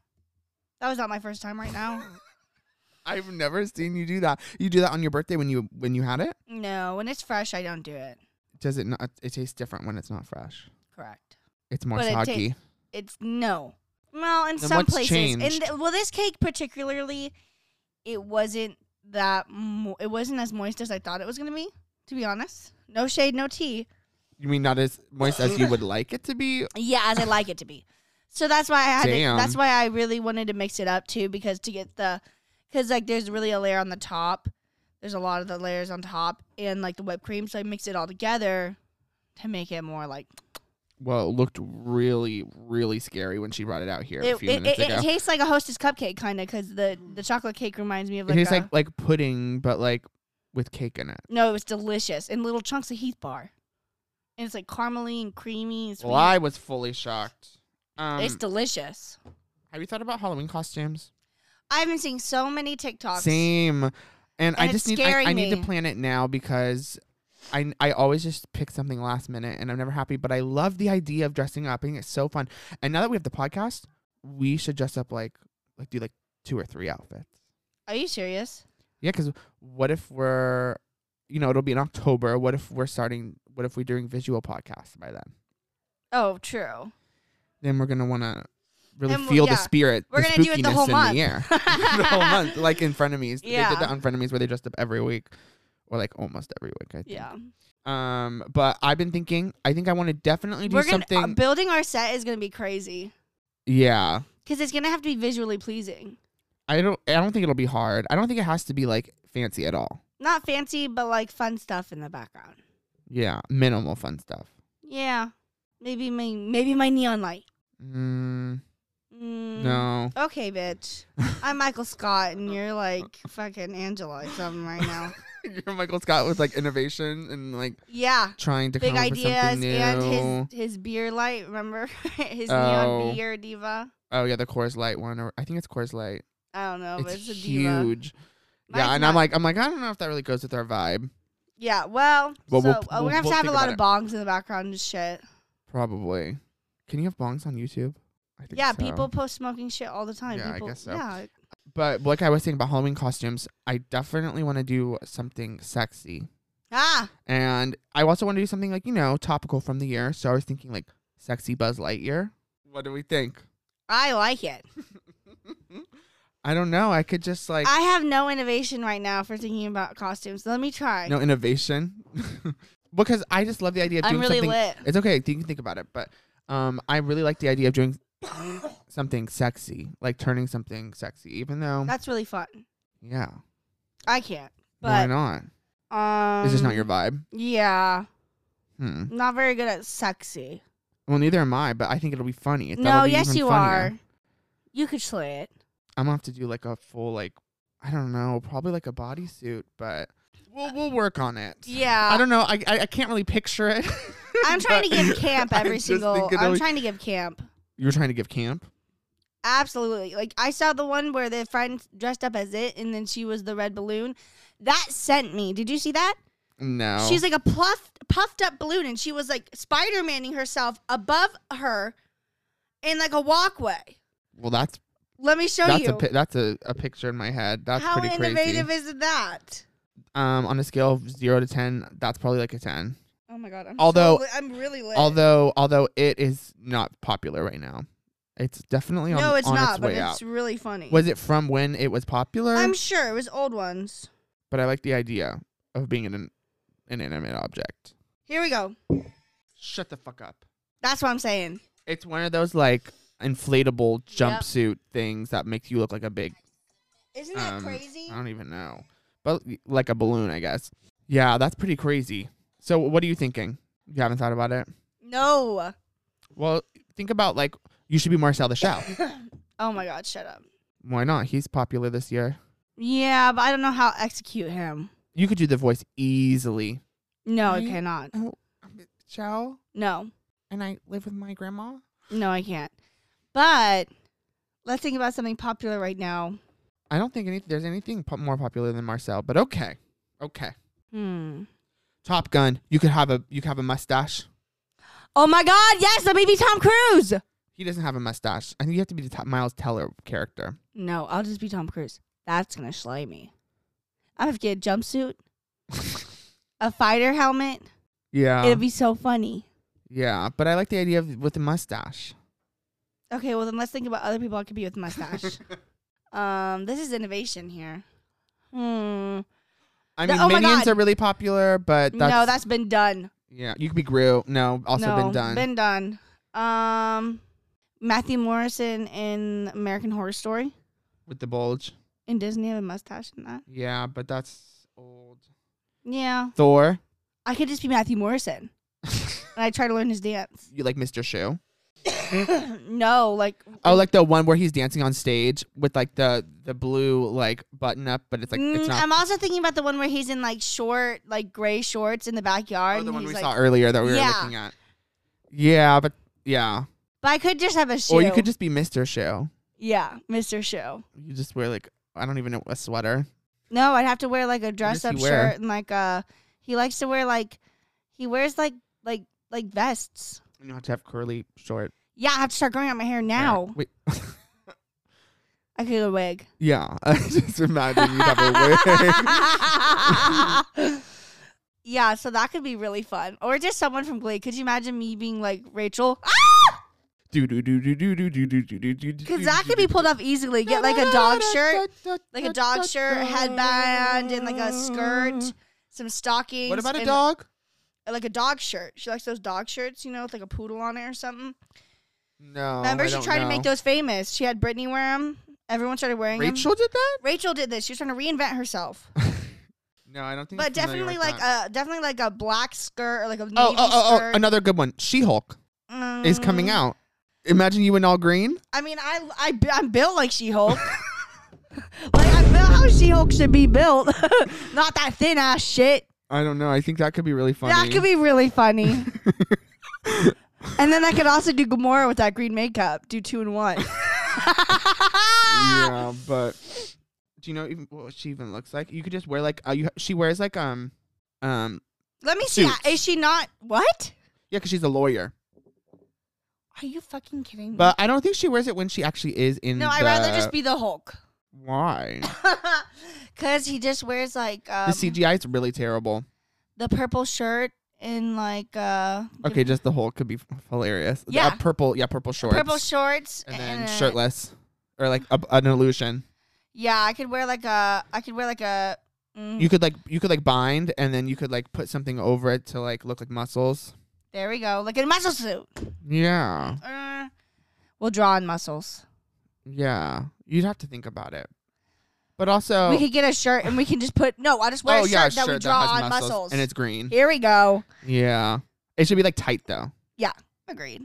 Speaker 2: that was not my first time. Right now,
Speaker 1: I've never seen you do that. You do that on your birthday when you when you had it.
Speaker 2: no. When it's fresh, I don't do it.
Speaker 1: Does it not? It tastes different when it's not fresh.
Speaker 2: Correct.
Speaker 1: It's more
Speaker 2: But it
Speaker 1: soggy.
Speaker 2: It's no. Well, in
Speaker 1: Then
Speaker 2: some
Speaker 1: what's
Speaker 2: places, and
Speaker 1: changed?
Speaker 2: th- well, this cake particularly, it wasn't that mo- it wasn't as moist as I thought it was gonna be. To be honest, no shade, no tea.
Speaker 1: you mean not as moist as you would like it to be?
Speaker 2: Yeah, as I like it to be. So that's why I had.
Speaker 1: Damn.
Speaker 2: To, that's why I really wanted to mix it up too, because to get the, because like there's really a layer on the top. There's a lot of the layers on top, and like the whipped cream. So I mixed it all together to make it more like
Speaker 1: Well, it looked really, really scary when she brought it out here
Speaker 2: it.
Speaker 1: a few
Speaker 2: It,
Speaker 1: minutes
Speaker 2: it, it
Speaker 1: ago. It,
Speaker 2: tastes like a Hostess cupcake kind of, because the the chocolate cake reminds me of like
Speaker 1: tastes
Speaker 2: a,
Speaker 1: like like pudding, but like with cake in it.
Speaker 2: No, it was delicious in little chunks of Heath bar, and it's like caramely and creamy. And sweet.
Speaker 1: Well, I was fully shocked. Um,
Speaker 2: it's delicious.
Speaker 1: have you thought about Halloween costumes?
Speaker 2: I've been seeing so many TikToks.
Speaker 1: Same. And, I
Speaker 2: it's
Speaker 1: just need I,
Speaker 2: scaring
Speaker 1: I need to
Speaker 2: me.
Speaker 1: plan it now because I I always just pick something last minute and I'm never happy. But I love the idea of dressing up. I think it's so fun. And now that we have the podcast, we should dress up like like do like two or three outfits.
Speaker 2: Are you serious?
Speaker 1: Yeah, because what if we're, you know, it'll be in October. What if we're starting? What if we're doing visual podcasts by then?
Speaker 2: Oh, true.
Speaker 1: Then we're gonna want to really
Speaker 2: And we'll-
Speaker 1: feel the
Speaker 2: yeah.
Speaker 1: spirit,
Speaker 2: We're
Speaker 1: the
Speaker 2: gonna do
Speaker 1: spookiness
Speaker 2: it the whole
Speaker 1: in
Speaker 2: month.
Speaker 1: the air, the whole month. Like in frenemies, they
Speaker 2: Yeah.
Speaker 1: did that on frenemies where they dressed up every week, or like almost every week. I think.
Speaker 2: Yeah,
Speaker 1: Um, but I've been thinking. I think I want to definitely do
Speaker 2: we're gonna
Speaker 1: something.
Speaker 2: uh, building our set is gonna be crazy
Speaker 1: yeah.
Speaker 2: because it's gonna have to be visually pleasing.
Speaker 1: I don't. I don't think it'll be hard. I don't think it has to be like fancy at all.
Speaker 2: Not fancy, but like fun stuff in the background.
Speaker 1: Yeah, minimal fun stuff.
Speaker 2: Yeah, maybe my maybe my neon light.
Speaker 1: Mm,
Speaker 2: Mm.
Speaker 1: No.
Speaker 2: Okay, bitch. I'm Michael Scott, and you're like fucking Angela or something right now.
Speaker 1: You're Michael Scott with like innovation and like
Speaker 2: Yeah.
Speaker 1: trying to
Speaker 2: Big
Speaker 1: come up with something
Speaker 2: ideas
Speaker 1: new.
Speaker 2: and his his beer light. Remember his
Speaker 1: Oh.
Speaker 2: neon beer diva.
Speaker 1: oh yeah, the Coors Light one, or I think it's Coors Light.
Speaker 2: I don't know, but
Speaker 1: it's
Speaker 2: Oh, it's, a diva.
Speaker 1: huge. yeah,
Speaker 2: Mine's
Speaker 1: and I'm
Speaker 2: not-
Speaker 1: like, I'm like, I don't know if that really goes with our vibe.
Speaker 2: Yeah, well,
Speaker 1: Well,
Speaker 2: so
Speaker 1: we'll-
Speaker 2: uh, we're
Speaker 1: we'll-
Speaker 2: gonna have
Speaker 1: we'll
Speaker 2: to have a
Speaker 1: think
Speaker 2: lot of
Speaker 1: about
Speaker 2: bongs in the background and shit.
Speaker 1: Probably. Can you have bongs on YouTube? I think
Speaker 2: Yeah,
Speaker 1: so.
Speaker 2: people post smoking shit all the time.
Speaker 1: Yeah, I
Speaker 2: people,
Speaker 1: guess so.
Speaker 2: Yeah,
Speaker 1: But like I was saying about Halloween costumes, I definitely want to do something sexy,
Speaker 2: ah,
Speaker 1: and I also want to do something like you know topical from the year. So I was thinking like sexy Buzz Lightyear. What do we think?
Speaker 2: I like it.
Speaker 1: I don't know. I could just like
Speaker 2: I have no innovation right now for thinking about costumes. Let me try.
Speaker 1: no innovation because I just love the idea of
Speaker 2: I'm
Speaker 1: doing
Speaker 2: really
Speaker 1: something.
Speaker 2: lit.
Speaker 1: It's okay. You can think about it, but um, I really like the idea of doing something sexy, like turning something sexy. Even though,
Speaker 2: That's really fun.
Speaker 1: yeah,
Speaker 2: I can't.
Speaker 1: why
Speaker 2: But
Speaker 1: not?
Speaker 2: um,
Speaker 1: It's just not your vibe.
Speaker 2: Yeah,
Speaker 1: Hmm.
Speaker 2: not very good at sexy.
Speaker 1: Well, neither am I, but I think it'll be funny. It- that'll
Speaker 2: no,
Speaker 1: be
Speaker 2: yes,
Speaker 1: even
Speaker 2: you
Speaker 1: funnier.
Speaker 2: are. You could slay it.
Speaker 1: I'm gonna have to do like a full like, I don't know, probably like a bodysuit, but we'll we'll work on it.
Speaker 2: Yeah,
Speaker 1: I don't know. I I, I can't really picture it.
Speaker 2: I'm trying to
Speaker 1: but
Speaker 2: give camp
Speaker 1: I
Speaker 2: every
Speaker 1: just think
Speaker 2: single.
Speaker 1: it'll
Speaker 2: I'm
Speaker 1: be-
Speaker 2: trying to give camp.
Speaker 1: You were trying to give camp.
Speaker 2: Absolutely. Like I saw the one where the friend dressed up as it, and then she was the red balloon. That sent me. Did you see that?
Speaker 1: No.
Speaker 2: She's like a puffed, puffed up balloon, and she was like Spider Manning herself above her, in like a walkway.
Speaker 1: well, that's
Speaker 2: Let me show
Speaker 1: that's
Speaker 2: you.
Speaker 1: a pi- that's a, a picture in my head. That's
Speaker 2: How
Speaker 1: pretty
Speaker 2: innovative
Speaker 1: crazy.
Speaker 2: is that?
Speaker 1: Um, on a scale of zero to ten, that's probably like a ten.
Speaker 2: Oh my god! I'm
Speaker 1: Although-
Speaker 2: so li- I'm really lit.
Speaker 1: Although although it is not popular right now, it's definitely on,
Speaker 2: no, it's
Speaker 1: on
Speaker 2: not,
Speaker 1: its
Speaker 2: but
Speaker 1: way out.
Speaker 2: it's really funny.
Speaker 1: Was it from when it was popular?
Speaker 2: I'm sure it was old ones.
Speaker 1: but I like the idea of being an an inanimate object.
Speaker 2: Here we go.
Speaker 1: Shut the fuck up.
Speaker 2: That's what I'm saying.
Speaker 1: It's one of those like inflatable jumpsuit things that make you look like a big
Speaker 2: Isn't that
Speaker 1: Um,
Speaker 2: crazy?
Speaker 1: I don't even know. But y- like a balloon, I guess. Yeah, that's pretty crazy. So what are you thinking? You haven't thought about it?
Speaker 2: No.
Speaker 1: Well, think about like you should be Marcel the Shell.
Speaker 2: Oh my god! Shut up.
Speaker 1: Why not? He's popular this year.
Speaker 2: Yeah, but I don't know how to execute him.
Speaker 1: You could do the voice easily.
Speaker 2: No,
Speaker 1: Right?
Speaker 2: I cannot.
Speaker 1: Oh, I'm a Shell,
Speaker 2: No,
Speaker 1: and I live with my grandma.
Speaker 2: no, I can't. But let's think about something popular right now.
Speaker 1: I don't think any, there's anything po- more popular than Marcel, but okay, okay.
Speaker 2: Hmm.
Speaker 1: Top Gun. You could have a you could have a mustache.
Speaker 2: Oh my God! Yes, let me be Tom Cruise.
Speaker 1: He doesn't have a mustache. I think you have to be the top Miles Teller character.
Speaker 2: No, I'll just be Tom Cruise. That's gonna slay me. I have to get a jumpsuit, a fighter helmet.
Speaker 1: Yeah.
Speaker 2: It'll be so funny.
Speaker 1: Yeah, but I like the idea of with the mustache.
Speaker 2: Okay, well then let's think about other people I could be with a mustache. um, this is innovation here. Hmm.
Speaker 1: I
Speaker 2: The-
Speaker 1: mean,
Speaker 2: oh my
Speaker 1: minions
Speaker 2: God.
Speaker 1: are really popular, but that's,
Speaker 2: no, that's been done.
Speaker 1: yeah. You could be Gru. No, also
Speaker 2: no,
Speaker 1: been done.
Speaker 2: Been done. Um, Matthew Morrison in American Horror Story.
Speaker 1: with the bulge.
Speaker 2: And Disney have a mustache in that.
Speaker 1: Yeah, but that's old.
Speaker 2: Yeah,
Speaker 1: Thor.
Speaker 2: I could just be Matthew Morrison. and I try to learn his dance.
Speaker 1: You like Mr. Shoe?
Speaker 2: No, like
Speaker 1: Oh, like the one where he's dancing on stage with like the the blue like button up, but it's like
Speaker 2: Mm,
Speaker 1: it's not.
Speaker 2: I'm also thinking about the one where he's in like short, like gray shorts in the
Speaker 1: oh,
Speaker 2: backyard.
Speaker 1: the
Speaker 2: and
Speaker 1: one
Speaker 2: he's
Speaker 1: we
Speaker 2: like,
Speaker 1: saw earlier that we were
Speaker 2: Yeah.
Speaker 1: looking at. Yeah, but yeah,
Speaker 2: But I could just have a shoe.
Speaker 1: or Oh, you could just be Mister Show.
Speaker 2: yeah, Mr. Shoe.
Speaker 1: You just wear like I don't even know a sweater.
Speaker 2: No, I'd have to wear like a dress
Speaker 1: does
Speaker 2: up
Speaker 1: he wear?
Speaker 2: shirt and like uh he likes to wear like he wears like like like vests.
Speaker 1: You don't have to have curly short.
Speaker 2: Yeah, I have to start growing out my hair
Speaker 1: hair.
Speaker 2: now.
Speaker 1: Wait.
Speaker 2: I could get a wig.
Speaker 1: yeah, I just imagine you have a wig.
Speaker 2: yeah, so that could be really fun. Or just someone from Glee. Could you imagine me being like Rachel?
Speaker 1: do do do do do do do do do do do.
Speaker 2: Because that could be pulled off easily. Get like a dog shirt, like a dog shirt, headband, and like a skirt, some stockings.
Speaker 1: What about a
Speaker 2: and-
Speaker 1: dog?
Speaker 2: Like a dog shirt. She likes those dog shirts, you know, with like a poodle on it or something.
Speaker 1: No.
Speaker 2: Remember,
Speaker 1: Oh, I
Speaker 2: she
Speaker 1: don't
Speaker 2: tried to
Speaker 1: know.
Speaker 2: make those famous. She had Britney wear them. Everyone started wearing them.
Speaker 1: Rachel did that?
Speaker 2: Rachel did this. She was trying to reinvent herself,
Speaker 1: No, I don't think.
Speaker 2: but
Speaker 1: I'm familiar
Speaker 2: definitely
Speaker 1: with
Speaker 2: like
Speaker 1: that.
Speaker 2: a definitely like a black skirt or like a navy
Speaker 1: oh, oh, oh, oh,
Speaker 2: skirt.
Speaker 1: another good one. She Hulk is coming
Speaker 2: Mm,
Speaker 1: out. Imagine you in all green.
Speaker 2: I mean, I, I I'm built like She Hulk. like I'm built how She Hulk should be built, not that thin ass shit.
Speaker 1: I don't know. I think that could be really funny.
Speaker 2: That could be really funny. and then I could also do Gamora with that green makeup. Do two in one.
Speaker 1: Yeah, but do you know even what she even looks like? You could just wear like uh, you. She wears like um um
Speaker 2: Let me see.
Speaker 1: Suits.
Speaker 2: Is she not? What?
Speaker 1: yeah, because she's a lawyer.
Speaker 2: Are you fucking kidding me?
Speaker 1: But I don't think she wears it when she actually is in.
Speaker 2: Mm-hmm. no, I'd
Speaker 1: the-
Speaker 2: rather just be the Hulk.
Speaker 1: Why?
Speaker 2: Cause he just wears like um,
Speaker 1: the
Speaker 2: the,
Speaker 1: CGI is really terrible.
Speaker 2: purple shirt and like uh the
Speaker 1: Okay, just the Hulk could be f- hilarious. Uh,
Speaker 2: Yeah.
Speaker 1: purple. Yeah, purple shorts.
Speaker 2: purple eh. shorts
Speaker 1: and then
Speaker 2: a-
Speaker 1: shirtless or like a, an illusion.
Speaker 2: Yeah, I could wear like a. I could wear like a. Mm,
Speaker 1: You could like you could like bind and then you could like put something over it to like look like muscles.
Speaker 2: there we go, like a muscle suit.
Speaker 1: Yeah.
Speaker 2: Uh, we'll draw on muscles.
Speaker 1: Yeah. You'd have to think about it. But also
Speaker 2: We could get a shirt and we can just put. No, I just wear
Speaker 1: Oh
Speaker 2: a shirt
Speaker 1: yeah,
Speaker 2: that
Speaker 1: sure,
Speaker 2: we draw
Speaker 1: has
Speaker 2: on
Speaker 1: muscles,
Speaker 2: muscles.
Speaker 1: and it's green.
Speaker 2: here we go.
Speaker 1: Yeah. It should be like tight though.
Speaker 2: Agreed.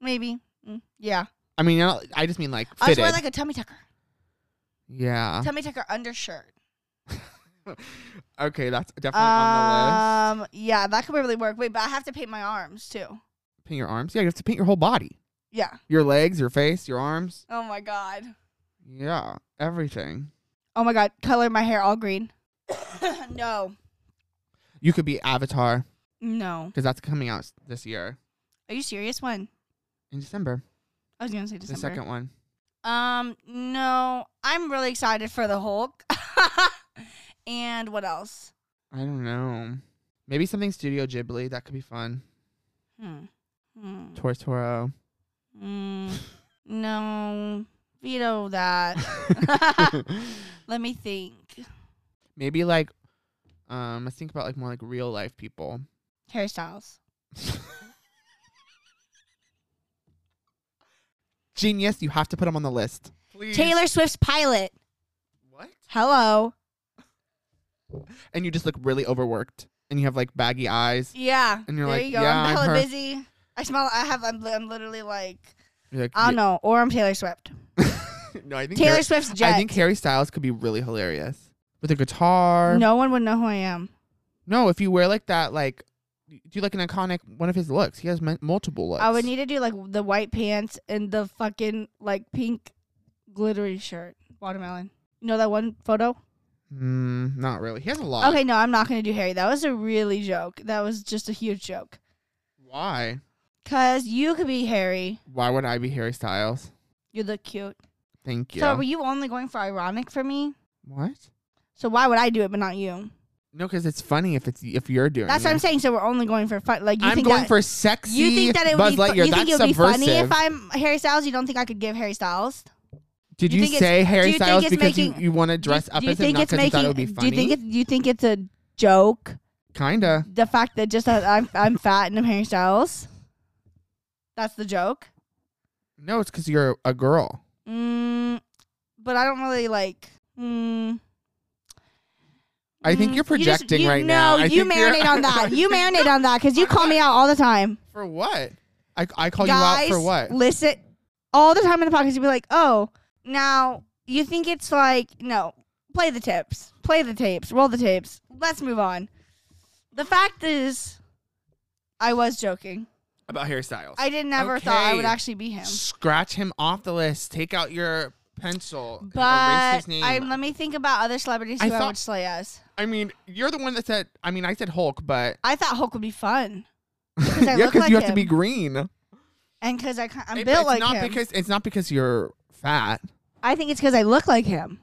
Speaker 2: Maybe. Mm, yeah.
Speaker 1: I mean, I, don't- I just mean like
Speaker 2: I
Speaker 1: fitted.
Speaker 2: just
Speaker 1: Uh-huh.
Speaker 2: wear like a tummy tucker.
Speaker 1: yeah.
Speaker 2: Tummy tucker undershirt.
Speaker 1: okay, that's definitely on the list.
Speaker 2: Um. Yeah, that could really work. Wait, but I have to paint my arms too.
Speaker 1: Paint your arms. Yeah, you have to paint your whole body.
Speaker 2: Yeah.
Speaker 1: Your legs, your face, your arms.
Speaker 2: Oh my god.
Speaker 1: Yeah, everything.
Speaker 2: Oh my god. Color my hair all green. no.
Speaker 1: You could be Avatar
Speaker 2: No.
Speaker 1: because that's coming out s- this year
Speaker 2: Are you serious? When?
Speaker 1: in December.
Speaker 2: I was gonna say
Speaker 1: It's
Speaker 2: December.
Speaker 1: The second one.
Speaker 2: Um, no, I'm really excited for the Hulk. and what else?
Speaker 1: I don't know. Maybe something Studio Ghibli that could be fun.
Speaker 2: Hmm. Hmm.
Speaker 1: Tortoro.
Speaker 2: Hmm. No, veto that. Let me think.
Speaker 1: Maybe like, um, let's think about like more like real life people.
Speaker 2: Hairstyles.
Speaker 1: Genius, you have to put them on the list. Please.
Speaker 2: Taylor Swift's pilot.
Speaker 1: What?
Speaker 2: Hello.
Speaker 1: And you just look really overworked, and you have like baggy eyes.
Speaker 2: Yeah.
Speaker 1: And you're
Speaker 2: there
Speaker 1: like,
Speaker 2: you go.
Speaker 1: "Yeah,
Speaker 2: I'm
Speaker 1: I'm
Speaker 2: hella
Speaker 1: her."
Speaker 2: busy. I smell. I have. I'm, li- I'm literally like.
Speaker 1: You're like,
Speaker 2: I don't know. Or I'm Taylor Swift.
Speaker 1: "Yeah." no, I think
Speaker 2: Taylor
Speaker 1: Harry-
Speaker 2: Swift's jet.
Speaker 1: I think Harry Styles could be really hilarious with a guitar.
Speaker 2: no one would know who I am.
Speaker 1: No, if you wear like that, like do like an iconic one of his looks. He has m- multiple looks.
Speaker 2: I would need to do like the white pants and the fucking like pink glittery shirt. Watermelon. You know that one photo?
Speaker 1: Mm, not really. He has a lot.
Speaker 2: okay, no, I'm not gonna do Harry. That was a really joke. That was just a huge joke.
Speaker 1: Why?
Speaker 2: Cause you could be Harry.
Speaker 1: Why would I be Harry Styles?
Speaker 2: You look cute.
Speaker 1: Thank you.
Speaker 2: So were you only going for ironic for me?
Speaker 1: what?
Speaker 2: So why would I do it but not you?
Speaker 1: No, because it's funny if it's if you're doing.
Speaker 2: That's what I'm
Speaker 1: it.
Speaker 2: saying. So we're only going for fun. Like you
Speaker 1: I'm
Speaker 2: think
Speaker 1: going
Speaker 2: that,
Speaker 1: for sexy.
Speaker 2: you think that it would
Speaker 1: Buzz
Speaker 2: be, fu-
Speaker 1: Lightyear.
Speaker 2: you think
Speaker 1: That's
Speaker 2: it would be funny
Speaker 1: subversive.
Speaker 2: if I'm Harry Styles? You don't think I could give Harry Styles?
Speaker 1: Did
Speaker 2: you
Speaker 1: you,
Speaker 2: think it's-
Speaker 1: say
Speaker 2: do
Speaker 1: Harry
Speaker 2: you think
Speaker 1: Styles
Speaker 2: it's
Speaker 1: because you,
Speaker 2: making-
Speaker 1: you want to dress
Speaker 2: do,
Speaker 1: up
Speaker 2: you
Speaker 1: as him,
Speaker 2: think
Speaker 1: not
Speaker 2: it's
Speaker 1: because you
Speaker 2: making?
Speaker 1: thought it would be funny?
Speaker 2: Do you think it's? Do you think it's a joke?
Speaker 1: Kinda.
Speaker 2: the fact that just that I'm I'm fat and I'm Harry Styles. That's the joke.
Speaker 1: No, it's because you're a girl.
Speaker 2: Mm, but I don't really like. Mm,
Speaker 1: I think
Speaker 2: mm.
Speaker 1: you're
Speaker 2: You just-
Speaker 1: projecting
Speaker 2: you-
Speaker 1: right
Speaker 2: no,
Speaker 1: now. I
Speaker 2: you
Speaker 1: think you're-
Speaker 2: marinate on that. You marinate on that because you
Speaker 1: I'm
Speaker 2: call me out all the time
Speaker 1: For what? I, I call
Speaker 2: guys,
Speaker 1: you out for what?
Speaker 2: Listen, all the time in the podcast, you'd be like, "Oh, now you think it's like no." Play the tips. Play the tapes. Roll the tapes. Let's move on. The fact is, I was joking.
Speaker 1: About hairstyles.
Speaker 2: I didn't ever thought I would
Speaker 1: Okay.
Speaker 2: actually be him.
Speaker 1: Scratch him off the list. Take out your pencil. and erase
Speaker 2: But
Speaker 1: his name.
Speaker 2: I, let me think about other celebrities
Speaker 1: I
Speaker 2: who I
Speaker 1: thought-
Speaker 2: would slay as.
Speaker 1: I mean, you're the one that said. I mean, I said Hulk, but
Speaker 2: I thought Hulk would be fun. Because I
Speaker 1: yeah,
Speaker 2: look like
Speaker 1: you
Speaker 2: him.
Speaker 1: have to be green.
Speaker 2: and because I, ki- I'm
Speaker 1: It-
Speaker 2: built
Speaker 1: it's
Speaker 2: like
Speaker 1: not
Speaker 2: him.
Speaker 1: because it's not because you're fat.
Speaker 2: I think it's because I look like him.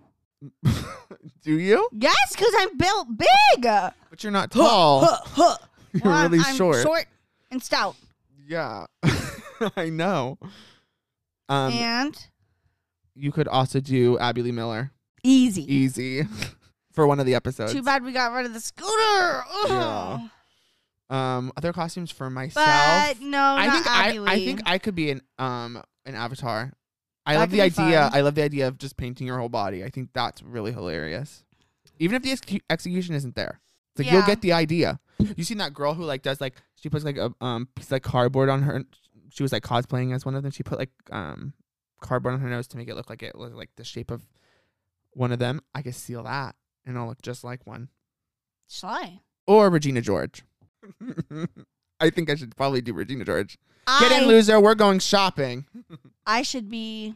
Speaker 1: Do you?
Speaker 2: Yes, because I'm built big. Huh,
Speaker 1: But you're not tall.
Speaker 2: huh, huh.
Speaker 1: You're
Speaker 2: Well, I'm-
Speaker 1: really
Speaker 2: I'm
Speaker 1: short.
Speaker 2: short and stout.
Speaker 1: Yeah, I know. Um,
Speaker 2: and
Speaker 1: you could also do Abby Lee Miller.
Speaker 2: easy.
Speaker 1: Easy for one of the episodes.
Speaker 2: Too bad we got rid of the scooter. Ugh.
Speaker 1: Yeah. Um, other costumes for myself.
Speaker 2: But no,
Speaker 1: I
Speaker 2: not
Speaker 1: think
Speaker 2: Abby
Speaker 1: I, I
Speaker 2: Lee.
Speaker 1: think I could be an um an avatar. I
Speaker 2: That
Speaker 1: love
Speaker 2: could
Speaker 1: the
Speaker 2: be
Speaker 1: idea.
Speaker 2: fun.
Speaker 1: I love the idea of just painting your whole body. I think that's really hilarious. Even if the execu- execution isn't there, it's like you'll
Speaker 2: Yeah.
Speaker 1: get the idea. You seen that girl who like does like she puts like a um piece of like cardboard on her. She was like cosplaying as one of them. She put like um cardboard on her nose to make it look like it was like the shape of one of them. I could seal that and I'll look just like one
Speaker 2: Sly.
Speaker 1: or Regina George. I think I should probably do Regina George. Get
Speaker 2: I,
Speaker 1: in, loser. We're going shopping.
Speaker 2: I should be.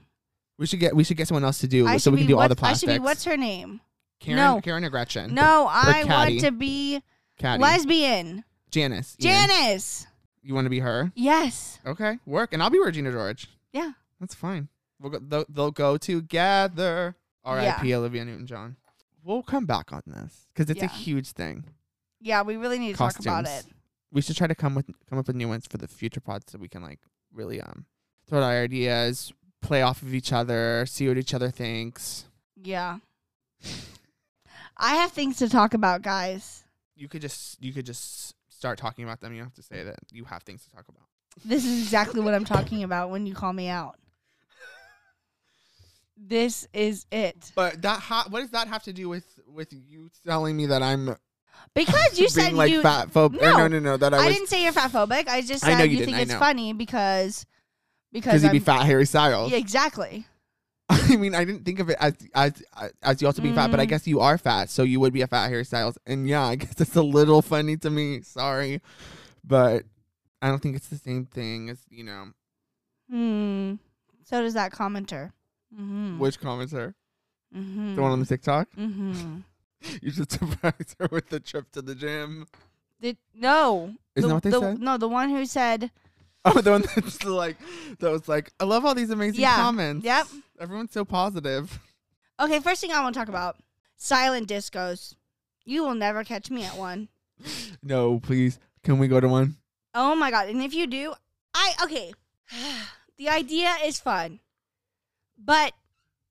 Speaker 1: We should get we should get someone else to do
Speaker 2: I
Speaker 1: so
Speaker 2: should
Speaker 1: we can
Speaker 2: be
Speaker 1: do all
Speaker 2: what-
Speaker 1: the plastics.
Speaker 2: I should be. What's her name?
Speaker 1: Karen,
Speaker 2: no.
Speaker 1: Karen or Gretchen?
Speaker 2: No, I
Speaker 1: Caddy.
Speaker 2: want to be
Speaker 1: Caddy.
Speaker 2: lesbian.
Speaker 1: Janice. Ian,
Speaker 2: Janice.
Speaker 1: you want to be her?
Speaker 2: Yes.
Speaker 1: Okay, work, and I'll be Regina George.
Speaker 2: Yeah.
Speaker 1: That's fine. We'll go, they'll, they'll go together. R.I.P. Olivia Newton-John. We'll come back on this because it's
Speaker 2: Yeah.
Speaker 1: a huge thing.
Speaker 2: Yeah, we really need to talk about it.
Speaker 1: Costumes. We should try to come with come up with new ones for the future pods so we can like really um throw out our ideas, play off of each other, see what each other thinks.
Speaker 2: Yeah. I have things to talk about, guys.
Speaker 1: you could just you could just start talking about them. You don't have to say that you have things to talk about.
Speaker 2: This is exactly what I'm talking about when you call me out. This is it.
Speaker 1: But that ha- what does that have to do with with you telling me that I'm
Speaker 2: Because you said
Speaker 1: being like
Speaker 2: you
Speaker 1: fat phobe?
Speaker 2: No.
Speaker 1: No. no, no, no, that I,
Speaker 2: I,
Speaker 1: was
Speaker 2: didn't say you're fat phobic. I just
Speaker 1: I
Speaker 2: said
Speaker 1: know you
Speaker 2: you,
Speaker 1: didn't,
Speaker 2: think
Speaker 1: I
Speaker 2: it's
Speaker 1: know.
Speaker 2: funny because because
Speaker 1: because he'd be
Speaker 2: I'm-
Speaker 1: fat Harry Styles.
Speaker 2: Yeah, exactly.
Speaker 1: I mean, I didn't think of it as as as you also being fat, but
Speaker 2: Mm-hmm.
Speaker 1: I guess you are fat, so you would be a fat Harry Styles. And yeah, I guess it's a little funny to me. Sorry, but I don't think it's the same thing as you know
Speaker 2: Hmm. So does that commenter. Mm-hmm.
Speaker 1: which commenter
Speaker 2: mm-hmm.
Speaker 1: the one on the TikTok.
Speaker 2: mm-hmm.
Speaker 1: You should surprise her with the trip to the gym.
Speaker 2: Did, no.
Speaker 1: Isn't
Speaker 2: the,
Speaker 1: that what they
Speaker 2: the-
Speaker 1: said?
Speaker 2: No, the one who said
Speaker 1: Oh, the one that's like that was like, I love all these amazing
Speaker 2: Yeah.
Speaker 1: comments.
Speaker 2: Yep.
Speaker 1: Everyone's so positive.
Speaker 2: Okay, first thing I want to talk about silent discos. You will never catch me at one.
Speaker 1: No, please. Can we go to one?
Speaker 2: Oh my god! And if you do, I okay. the idea is fun, but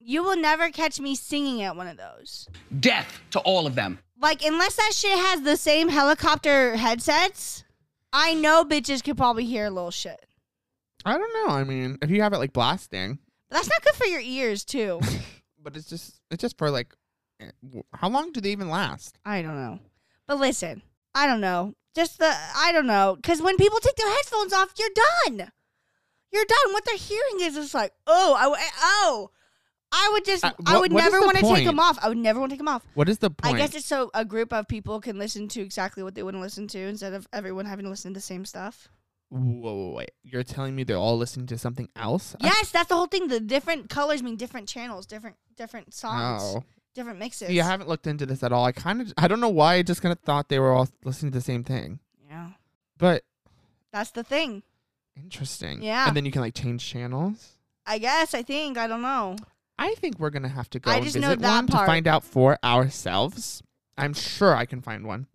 Speaker 2: you will never catch me singing at one of those.
Speaker 4: Death to all of them.
Speaker 2: Like unless that shit has the same helicopter headsets, I know bitches could probably hear a little shit.
Speaker 1: I don't know. I mean, if you have it like blasting,
Speaker 2: But that's not good for your ears too.
Speaker 1: but it's just it's just for like eh, w- how long do they even last?
Speaker 2: I don't know. But listen, I don't know. Just the I don't know, because when people take their headphones off, you're done. You're done. What they're hearing is just like, oh, I, w- oh, I would just,
Speaker 1: Uh,
Speaker 2: I
Speaker 1: what-
Speaker 2: would
Speaker 1: what is
Speaker 2: never
Speaker 1: the
Speaker 2: want to take
Speaker 1: point?
Speaker 2: them off. I would never want to take them off.
Speaker 1: What is the point?
Speaker 2: I guess it's so a group of people can listen to exactly what they want to listen to instead of everyone having to listen to the same stuff.
Speaker 1: whoa, whoa, wait. You're telling me they're all listening to something else? I-
Speaker 2: Yes, that's the whole thing. The different colors mean different channels, different different songs,
Speaker 1: Oh.
Speaker 2: different mixes.
Speaker 1: Yeah, I haven't looked into this at all. I kind of I don't know why I just kind of thought they were all listening to the same thing.
Speaker 2: yeah,
Speaker 1: But
Speaker 2: that's the thing.
Speaker 1: interesting.
Speaker 2: Yeah.
Speaker 1: And then you can like change channels.
Speaker 2: I guess. I think. I don't know.
Speaker 1: I think we're gonna have to go
Speaker 2: I
Speaker 1: and
Speaker 2: just
Speaker 1: visit
Speaker 2: know that one part.
Speaker 1: to find out for ourselves. I'm sure I can find one.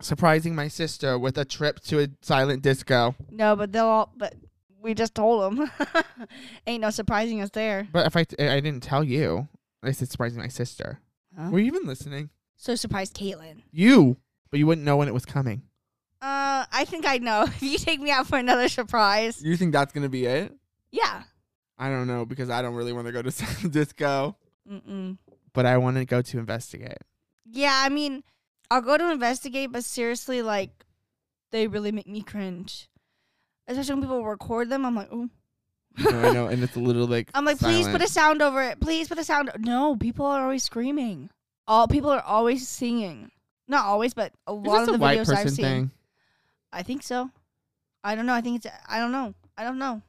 Speaker 1: Surprising my sister with a trip to a silent disco.
Speaker 2: No, but they'll all. But we just told them. Ain't no surprising us there.
Speaker 1: But if I t- I didn't tell you, I said surprising my sister.
Speaker 2: Huh?
Speaker 1: Were you even listening?
Speaker 2: So surprise, Caitlin.
Speaker 1: You, but you wouldn't know when it was coming.
Speaker 2: Uh, I think I know. If you take me out for another surprise,
Speaker 1: You think that's gonna be it?
Speaker 2: yeah.
Speaker 1: I don't know because I don't really want to go to silent disco,
Speaker 2: Mm-mm.
Speaker 1: but I want to go to investigate.
Speaker 2: Yeah, I mean, I'll go to investigate, but seriously, like, they really make me cringe. especially when people record them. I'm like, ooh.
Speaker 1: No, I know, and it's a little like.
Speaker 2: I'm like, please put a
Speaker 1: silent.
Speaker 2: sound over it. Please put a sound. No, people are always screaming. All people are always singing. Not always, but a
Speaker 1: Is
Speaker 2: lot
Speaker 1: this
Speaker 2: of
Speaker 1: a
Speaker 2: the
Speaker 1: white
Speaker 2: videos
Speaker 1: person
Speaker 2: I've seen.
Speaker 1: thing?
Speaker 2: I think so. I don't know. I think it's. I don't know. I don't know.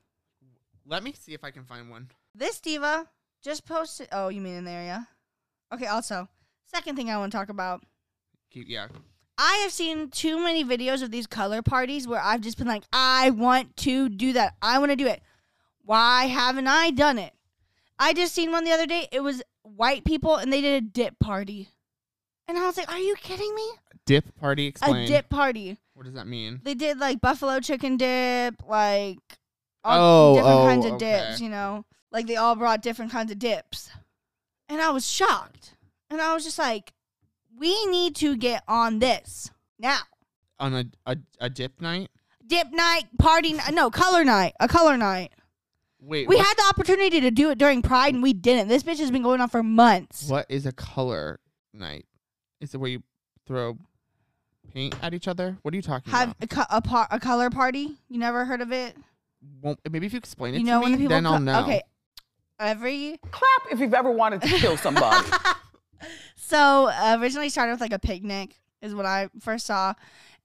Speaker 1: Let me see if I can find one.
Speaker 2: This diva just posted. Oh, you mean in there, yeah? Okay. Also, second thing I want to talk about.
Speaker 1: Keep, yeah.
Speaker 2: I have seen too many videos of these color parties where I've just been like, I want to do that. I want to do it. Why haven't I done it? I just seen one the other day. It was white people and they did a dip party. And I was like, are you kidding me?
Speaker 1: Dip party. Explain.
Speaker 2: A dip party.
Speaker 1: What does that mean?
Speaker 2: They did like buffalo chicken dip, like
Speaker 1: Oh,
Speaker 2: all different
Speaker 1: oh,
Speaker 2: kinds of
Speaker 1: okay.
Speaker 2: dips, you know? Like they all brought different kinds of dips. And I was shocked. And I was just like, we need to get on this now.
Speaker 1: On a a, a dip night.
Speaker 2: dip night, party night, no, color night, a color night.
Speaker 1: Wait.
Speaker 2: We
Speaker 1: what,
Speaker 2: had the opportunity to do it during Pride and we didn't. This bitch has been going on for months.
Speaker 1: what is a color night? Is it where you throw paint at each other? What are you talking
Speaker 2: Have
Speaker 1: about?
Speaker 2: a, co- a, par- a color party? You never heard of it?
Speaker 1: Won't- maybe if you explain it
Speaker 2: you
Speaker 1: to
Speaker 2: know
Speaker 1: me,
Speaker 2: when the people
Speaker 1: then I'll
Speaker 2: co-
Speaker 1: know.
Speaker 2: Okay, every
Speaker 3: Clap if you've ever wanted to kill somebody.
Speaker 2: so uh, originally started with like a picnic is what I first saw,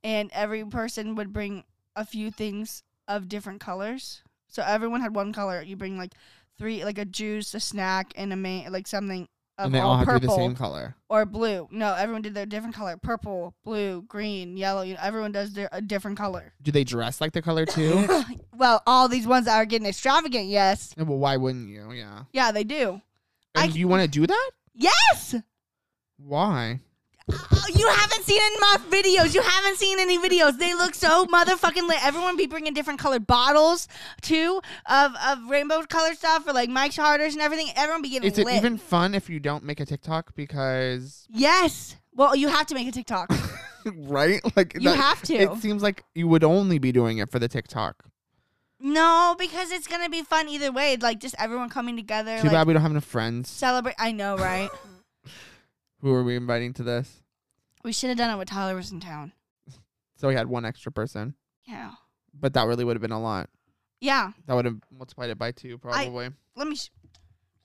Speaker 2: and every person would bring a few things of different colors. So everyone had one color. You bring like three, like a juice, a snack, and a ma- like something of
Speaker 1: And they uh,
Speaker 2: all
Speaker 1: all have to
Speaker 2: purple.
Speaker 1: be the same color.
Speaker 2: or blue. No, everyone did their different color: purple, blue, green, yellow. You know, everyone does their a different color.
Speaker 1: Do they dress like the color too?
Speaker 2: Well, all these ones that are getting extravagant, yes,
Speaker 1: Yeah, well, why wouldn't you? Yeah.
Speaker 2: yeah, they do. I-
Speaker 1: And you want to do that?
Speaker 2: Yes,
Speaker 1: Why?
Speaker 2: oh, you haven't seen enough videos. You haven't seen any videos. They look so motherfucking lit. Everyone be bringing different colored bottles too of of rainbow colored stuff for like Mike's Harders and everything. Everyone be getting
Speaker 1: Is it
Speaker 2: lit.
Speaker 1: even fun if you don't make a TikTok? Because
Speaker 2: yes. Well, you have to make a TikTok.
Speaker 1: right, like
Speaker 2: You have to.
Speaker 1: It seems like you would only be doing it for the TikTok.
Speaker 2: no, because it's gonna be fun either way. Like just everyone coming together.
Speaker 1: Too
Speaker 2: like,
Speaker 1: bad we don't have enough friends.
Speaker 2: celebrate. I know, right?
Speaker 1: Who are we inviting to this?
Speaker 2: we should have done it when Tyler was in town.
Speaker 1: So we had one extra person,
Speaker 2: Yeah.
Speaker 1: but that really would have been a lot.
Speaker 2: Yeah.
Speaker 1: That would have multiplied it by two, probably.
Speaker 2: Let me. Sh-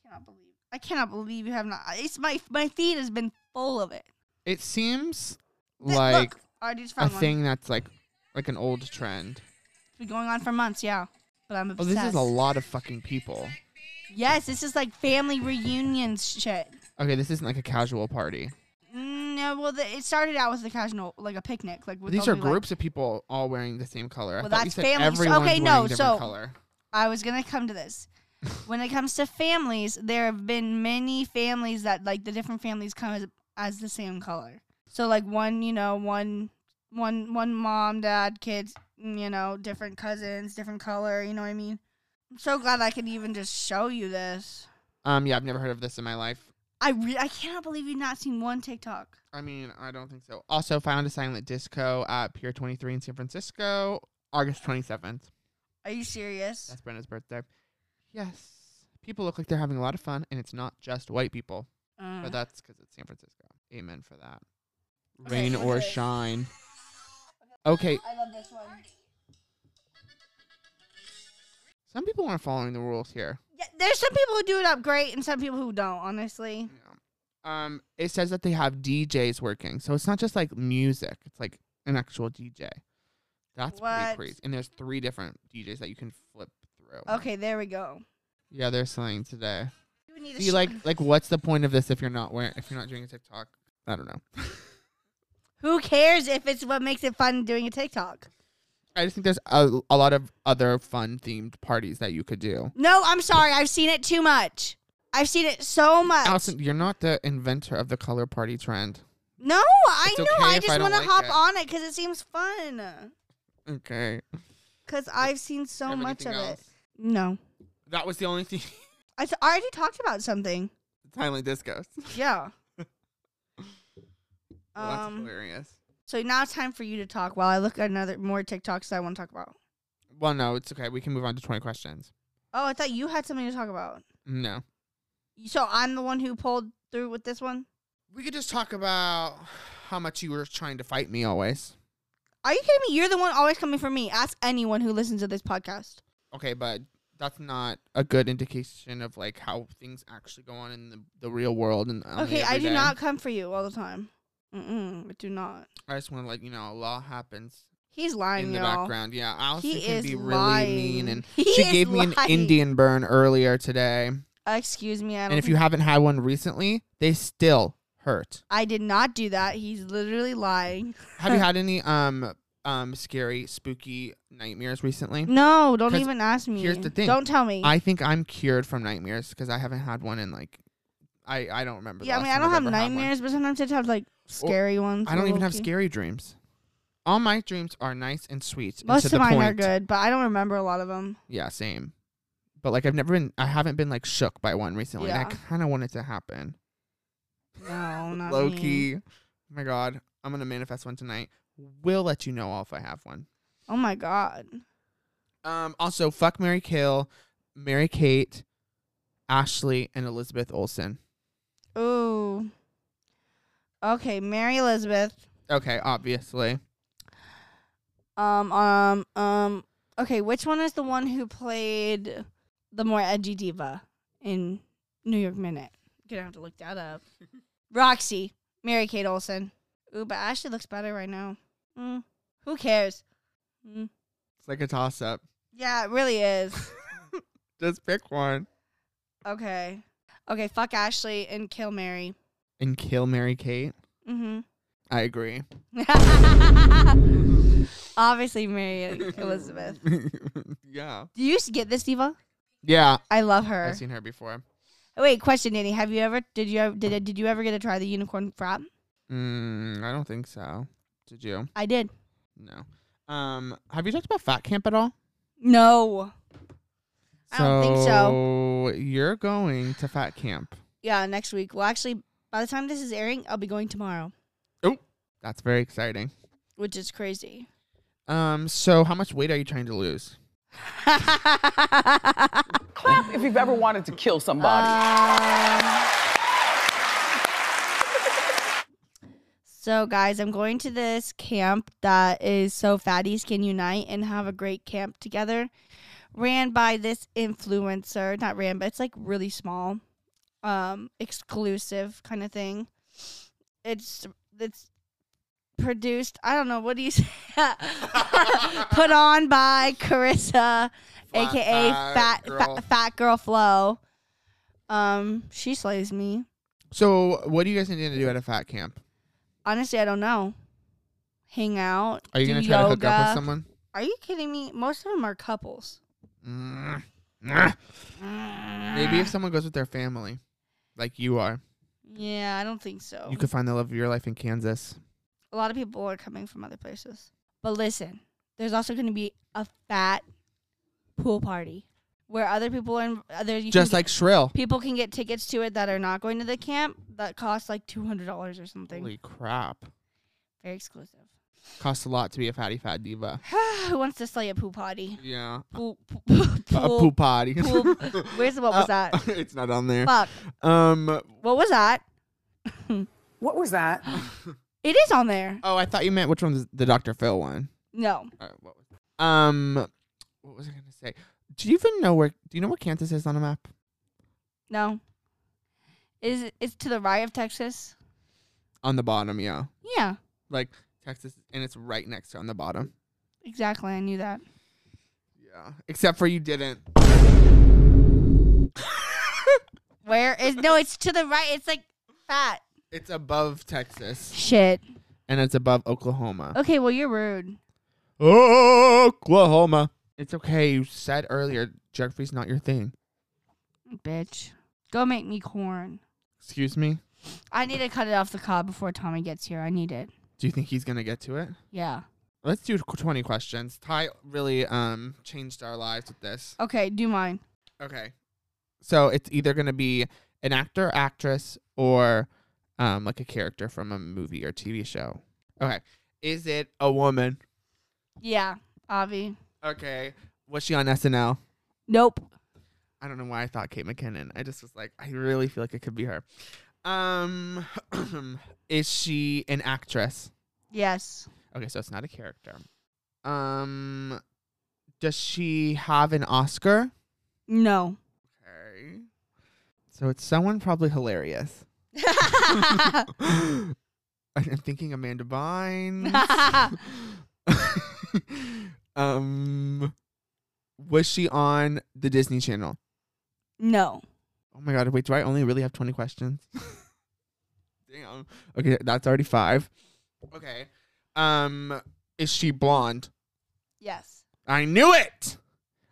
Speaker 2: I cannot believe. I cannot believe you have not. It's my my feed has been full of it.
Speaker 1: it seems
Speaker 2: Th-
Speaker 1: like
Speaker 2: look, I just
Speaker 1: a
Speaker 2: found one.
Speaker 1: thing that's like like an old trend.
Speaker 2: It's been going on for months. Yeah. But I'm
Speaker 1: Oh,
Speaker 2: obsessed.
Speaker 1: this is a lot of fucking people.
Speaker 2: Yes, this is like family reunions shit.
Speaker 1: Okay, this isn't like a casual party.
Speaker 2: Mm, No, well, the, it started out with the casual, like a picnic, like with
Speaker 1: These
Speaker 2: all
Speaker 1: are
Speaker 2: the, like-
Speaker 1: groups of people all wearing the same color. I
Speaker 2: Well,
Speaker 1: thought you
Speaker 2: that's
Speaker 1: said
Speaker 2: families.
Speaker 1: everyone's
Speaker 2: Okay,
Speaker 1: wearing
Speaker 2: no,
Speaker 1: different
Speaker 2: so-
Speaker 1: color.
Speaker 2: I was gonna come to this. when it comes to families, there have been many families that like the different families come as, as the same color. So like one, you know, one, one, one mom, dad, kids, mm, you know, different cousins, different color. You know what I mean? I'm so glad I could even just show you this.
Speaker 1: Um, yeah, I've never heard of this in my life.
Speaker 2: I re- I cannot believe you've not seen one TikTok.
Speaker 1: I mean, I don't think so. Also, found a silent disco at Pier 23 in San Francisco, August 27th.
Speaker 2: Are you serious?
Speaker 1: That's Brenda's birthday. Yes. People look like they're having a lot of fun, and it's not just white people.
Speaker 2: Mm.
Speaker 1: But that's because it's San Francisco. Amen for that.
Speaker 2: Okay,
Speaker 1: Rain
Speaker 2: what's
Speaker 1: or
Speaker 2: this?
Speaker 1: shine. Okay,
Speaker 2: I love this one.
Speaker 1: some people aren't following the rules here.
Speaker 2: Yeah, there's some people who do it up great and some people who don't. Honestly,
Speaker 1: Um, it says that they have DJs working, so it's not just like music; it's like an actual DJ. That's pretty
Speaker 2: What?
Speaker 1: crazy. And there's three different DJs that you can flip through.
Speaker 2: okay, there we go.
Speaker 1: Yeah, they're selling today.
Speaker 2: You need to
Speaker 1: See,
Speaker 2: sh-
Speaker 1: like, like, what's the point of this if you're not wearing, if you're not doing a TikTok? I don't know.
Speaker 2: Who cares if it's what makes it fun doing a TikTok?
Speaker 1: I just think there's a, a lot of other fun themed parties that you could do.
Speaker 2: No, I'm sorry. I've seen it too much. I've seen it so much.
Speaker 1: Allison, you're not the inventor of the color party trend.
Speaker 2: no, I
Speaker 1: It's
Speaker 2: know.
Speaker 1: okay
Speaker 2: I
Speaker 1: if I
Speaker 2: just
Speaker 1: don't
Speaker 2: want to
Speaker 1: like
Speaker 2: hop
Speaker 1: it.
Speaker 2: on it because it seems fun.
Speaker 1: Okay.
Speaker 2: Because I've seen so
Speaker 1: Have
Speaker 2: much of
Speaker 1: anything
Speaker 2: it.
Speaker 1: else?
Speaker 2: No.
Speaker 1: That was the only thing.
Speaker 2: I s- I already talked about something.
Speaker 1: Silent discos.
Speaker 2: Yeah.
Speaker 1: Well, that's
Speaker 2: um.
Speaker 1: hilarious.
Speaker 2: So now it's time for you to talk while I look at another more TikToks that I want to talk about.
Speaker 1: Well, no, it's okay. We can move on to 20 questions.
Speaker 2: Oh, I thought you had something to talk about.
Speaker 1: No.
Speaker 2: So I'm the one who pulled through with this one.
Speaker 1: We could just talk about how much you were trying to fight me always.
Speaker 2: Are you kidding me? You're the one always coming for me. Ask anyone who listens to this podcast.
Speaker 1: Okay, but that's not a good indication of like how things actually go on in the, the real world. And on the
Speaker 2: Okay, I do
Speaker 1: everyday.
Speaker 2: not come for you all the time. Mm-mm, I do not.
Speaker 1: I just want to let you know a lot happens
Speaker 2: He's lying,
Speaker 1: in the
Speaker 2: y'all.
Speaker 1: background. Yeah, Allison
Speaker 2: He
Speaker 1: can
Speaker 2: is
Speaker 1: be
Speaker 2: lying.
Speaker 1: really mean, and
Speaker 2: He
Speaker 1: she
Speaker 2: is
Speaker 1: gave me an
Speaker 2: lying.
Speaker 1: Indian burn earlier today.
Speaker 2: Uh, excuse me, I don't.
Speaker 1: And if
Speaker 2: think-
Speaker 1: you haven't had one recently, they still hurt.
Speaker 2: I did not do that. He's literally lying.
Speaker 1: Have you had any um um scary, spooky nightmares recently?
Speaker 2: No, don't
Speaker 1: 'Cause
Speaker 2: even ask me.
Speaker 1: here's the thing.
Speaker 2: Don't tell me.
Speaker 1: I think I'm cured from nightmares because I haven't had one in like I I don't remember. the
Speaker 2: yeah, I
Speaker 1: last
Speaker 2: mean, I
Speaker 1: time
Speaker 2: don't
Speaker 1: I've
Speaker 2: have
Speaker 1: ever had one.
Speaker 2: nightmares, but sometimes I just have like scary ones.
Speaker 1: I don't
Speaker 2: or
Speaker 1: even have
Speaker 2: low-key.
Speaker 1: scary dreams. All my dreams are nice and sweet. and
Speaker 2: Most
Speaker 1: to
Speaker 2: of
Speaker 1: the
Speaker 2: mine are
Speaker 1: point.
Speaker 2: good, but I don't remember a lot of them.
Speaker 1: Yeah, same. But like I've never been I haven't been like shook by one recently. and I
Speaker 2: Yeah.
Speaker 1: kinda want it to happen.
Speaker 2: No, not
Speaker 1: Low
Speaker 2: me.
Speaker 1: key. Oh my god. I'm gonna manifest one tonight. We'll let you know all if I have one.
Speaker 2: Oh my god.
Speaker 1: Um also fuck Mary Kill, Mary Kate, Ashley, and Elizabeth Olsen.
Speaker 2: Ooh. Okay, Mary Elizabeth.
Speaker 1: Okay, obviously.
Speaker 2: Um, um, um. Okay, which one is the one who played the more edgy diva in New York Minute? Gonna have to look that up. Roxy, Mary Kate Olsen. Ooh, but Ashley looks better right now. Mm, who cares? Mm.
Speaker 1: It's like a toss up.
Speaker 2: Yeah, it really is.
Speaker 1: Just pick one.
Speaker 2: okay, okay. Fuck Ashley and kill Mary.
Speaker 1: And kill Mary Kate.
Speaker 2: Mm-hmm.
Speaker 1: I agree.
Speaker 2: Obviously, Mary and Elizabeth.
Speaker 1: yeah.
Speaker 2: Do you s- get this diva?
Speaker 1: Yeah.
Speaker 2: I love her.
Speaker 1: I've seen her before.
Speaker 2: Wait, question, Danny. Have you ever did you ever, did did you ever get to try the unicorn frap?
Speaker 1: Mm, I don't think so. Did you?
Speaker 2: I did.
Speaker 1: No. Um, have you talked about fat camp at all?
Speaker 2: No. I don't think
Speaker 1: so. You're going to fat camp.
Speaker 2: Yeah, next week. Well, actually, by the time this is airing, I'll be going tomorrow,
Speaker 1: That's very exciting.
Speaker 2: which is crazy.
Speaker 1: Um, so how much weight are you trying to lose?
Speaker 3: Clap if you've ever wanted to kill somebody.
Speaker 2: Um, so, guys, I'm going to this camp that is so fatties can unite and have a great camp together. Ran by this influencer, not ran, but it's like really small, um, exclusive kind of thing. It's it's produced. I don't know what do you say. Put on by Carissa, aka
Speaker 1: fat
Speaker 2: Fat
Speaker 1: girl.
Speaker 2: Fat, fat Girl Flow. Um, she slays me.
Speaker 1: So what do you guys need to do at a fat camp?
Speaker 2: Honestly, I don't know. Hang out.
Speaker 1: Are you
Speaker 2: do
Speaker 1: gonna try to hook up
Speaker 2: yoga.
Speaker 1: with someone?
Speaker 2: Are you kidding me? Most of them are couples.
Speaker 1: Mm. Nah. Maybe if someone goes with their family, like you are,
Speaker 2: Yeah, I don't think so.
Speaker 1: you could find the love of your life in Kansas.
Speaker 2: a lot of people are coming from other places. But listen, there's also going to be a fat pool party where other people are in, other you can
Speaker 1: Just
Speaker 2: get-
Speaker 1: like Shrill.
Speaker 2: people can get tickets to it that are not going to the camp that cost like two hundred dollars or something.
Speaker 1: Holy crap!
Speaker 2: Very exclusive.
Speaker 1: Costs a lot to be a fatty fat diva.
Speaker 2: Who wants to slay a poo potty?
Speaker 1: Yeah.
Speaker 2: Pool, pool,
Speaker 1: a
Speaker 2: pool,
Speaker 1: pool potty.
Speaker 2: pool. Where's the what was that?
Speaker 1: it's not on there.
Speaker 2: Fuck.
Speaker 1: Um.
Speaker 2: What was that?
Speaker 3: What was that?
Speaker 2: It is on there.
Speaker 1: Oh, I thought you meant which one's the Dr. Phil one.
Speaker 2: No.
Speaker 1: Uh, what was um, what was I gonna say? Do you even know where? Do you know where Kansas is on a map?
Speaker 2: No. Is it- it's to the right of Texas?
Speaker 1: On the bottom, yeah.
Speaker 2: Yeah.
Speaker 1: Like Texas, and it's right next to on the bottom.
Speaker 2: Exactly. I knew that.
Speaker 1: Yeah. Except for you didn't.
Speaker 2: Where is no, it's to the right. It's like fat.
Speaker 1: It's above Texas,
Speaker 2: Shit.
Speaker 1: and it's above Oklahoma.
Speaker 2: Okay, well you're rude.
Speaker 1: Oklahoma. It's okay. You said earlier geography's not your thing.
Speaker 2: Bitch. Go make me corn.
Speaker 1: Excuse me.
Speaker 2: I need to cut it off the cob before Tommy gets here. I need it.
Speaker 1: Do you think he's gonna get to it?
Speaker 2: Yeah.
Speaker 1: Let's do qu- 20 questions. Ty really um changed our lives with this.
Speaker 2: Okay, do mine.
Speaker 1: Okay. So it's either going to be an actor, actress, or um, like a character from a movie or TV show. Okay. Is it a woman?
Speaker 2: Yeah. Avi.
Speaker 1: Okay. Was she on SNL?
Speaker 2: Nope.
Speaker 1: I don't know why I thought Kate McKinnon. I just was like, I really feel like it could be her. Um, is she an actress?
Speaker 2: Yes.
Speaker 1: Okay, so it's not a character. Um, does she have an Oscar?
Speaker 2: No.
Speaker 1: Okay. So it's someone probably hilarious. I'm thinking Amanda Bynes. um, was she on the Disney Channel?
Speaker 2: no.
Speaker 1: Oh my god! Wait, do I only really have twenty questions? Damn. Okay, that's already five. Okay. Um, is she blonde?
Speaker 2: Yes.
Speaker 1: I knew it.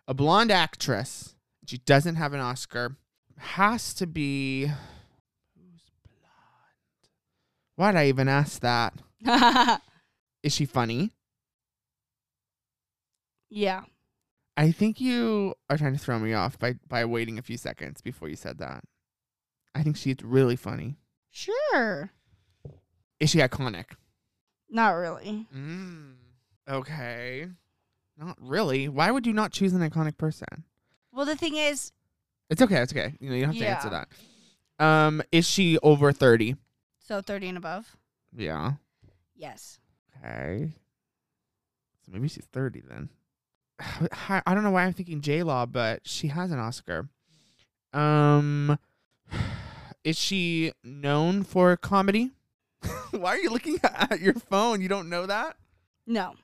Speaker 1: A blonde actress. She doesn't have an Oscar. Has to be. Who's blonde? Why'd I even ask that?
Speaker 2: yeah.
Speaker 1: Is she funny? I think you are trying to throw me off by by waiting a few seconds before you said that. I think she's really funny.
Speaker 2: Sure.
Speaker 1: Is she iconic?
Speaker 2: Not really.
Speaker 1: Mm. Okay. Not really. Why would you not choose an iconic person?
Speaker 2: Well, the thing is,
Speaker 1: It's okay. It's okay. You know, you don't have to
Speaker 2: Yeah.
Speaker 1: answer that. Um, is she over 30?
Speaker 2: so 30 and above?
Speaker 1: Yeah.
Speaker 2: Yes.
Speaker 1: Okay. So maybe she's 30 then. I I don't know why I'm thinking J Law, but she has an Oscar. Um, is she known for comedy? why are you looking at your phone? You don't know that?
Speaker 2: No.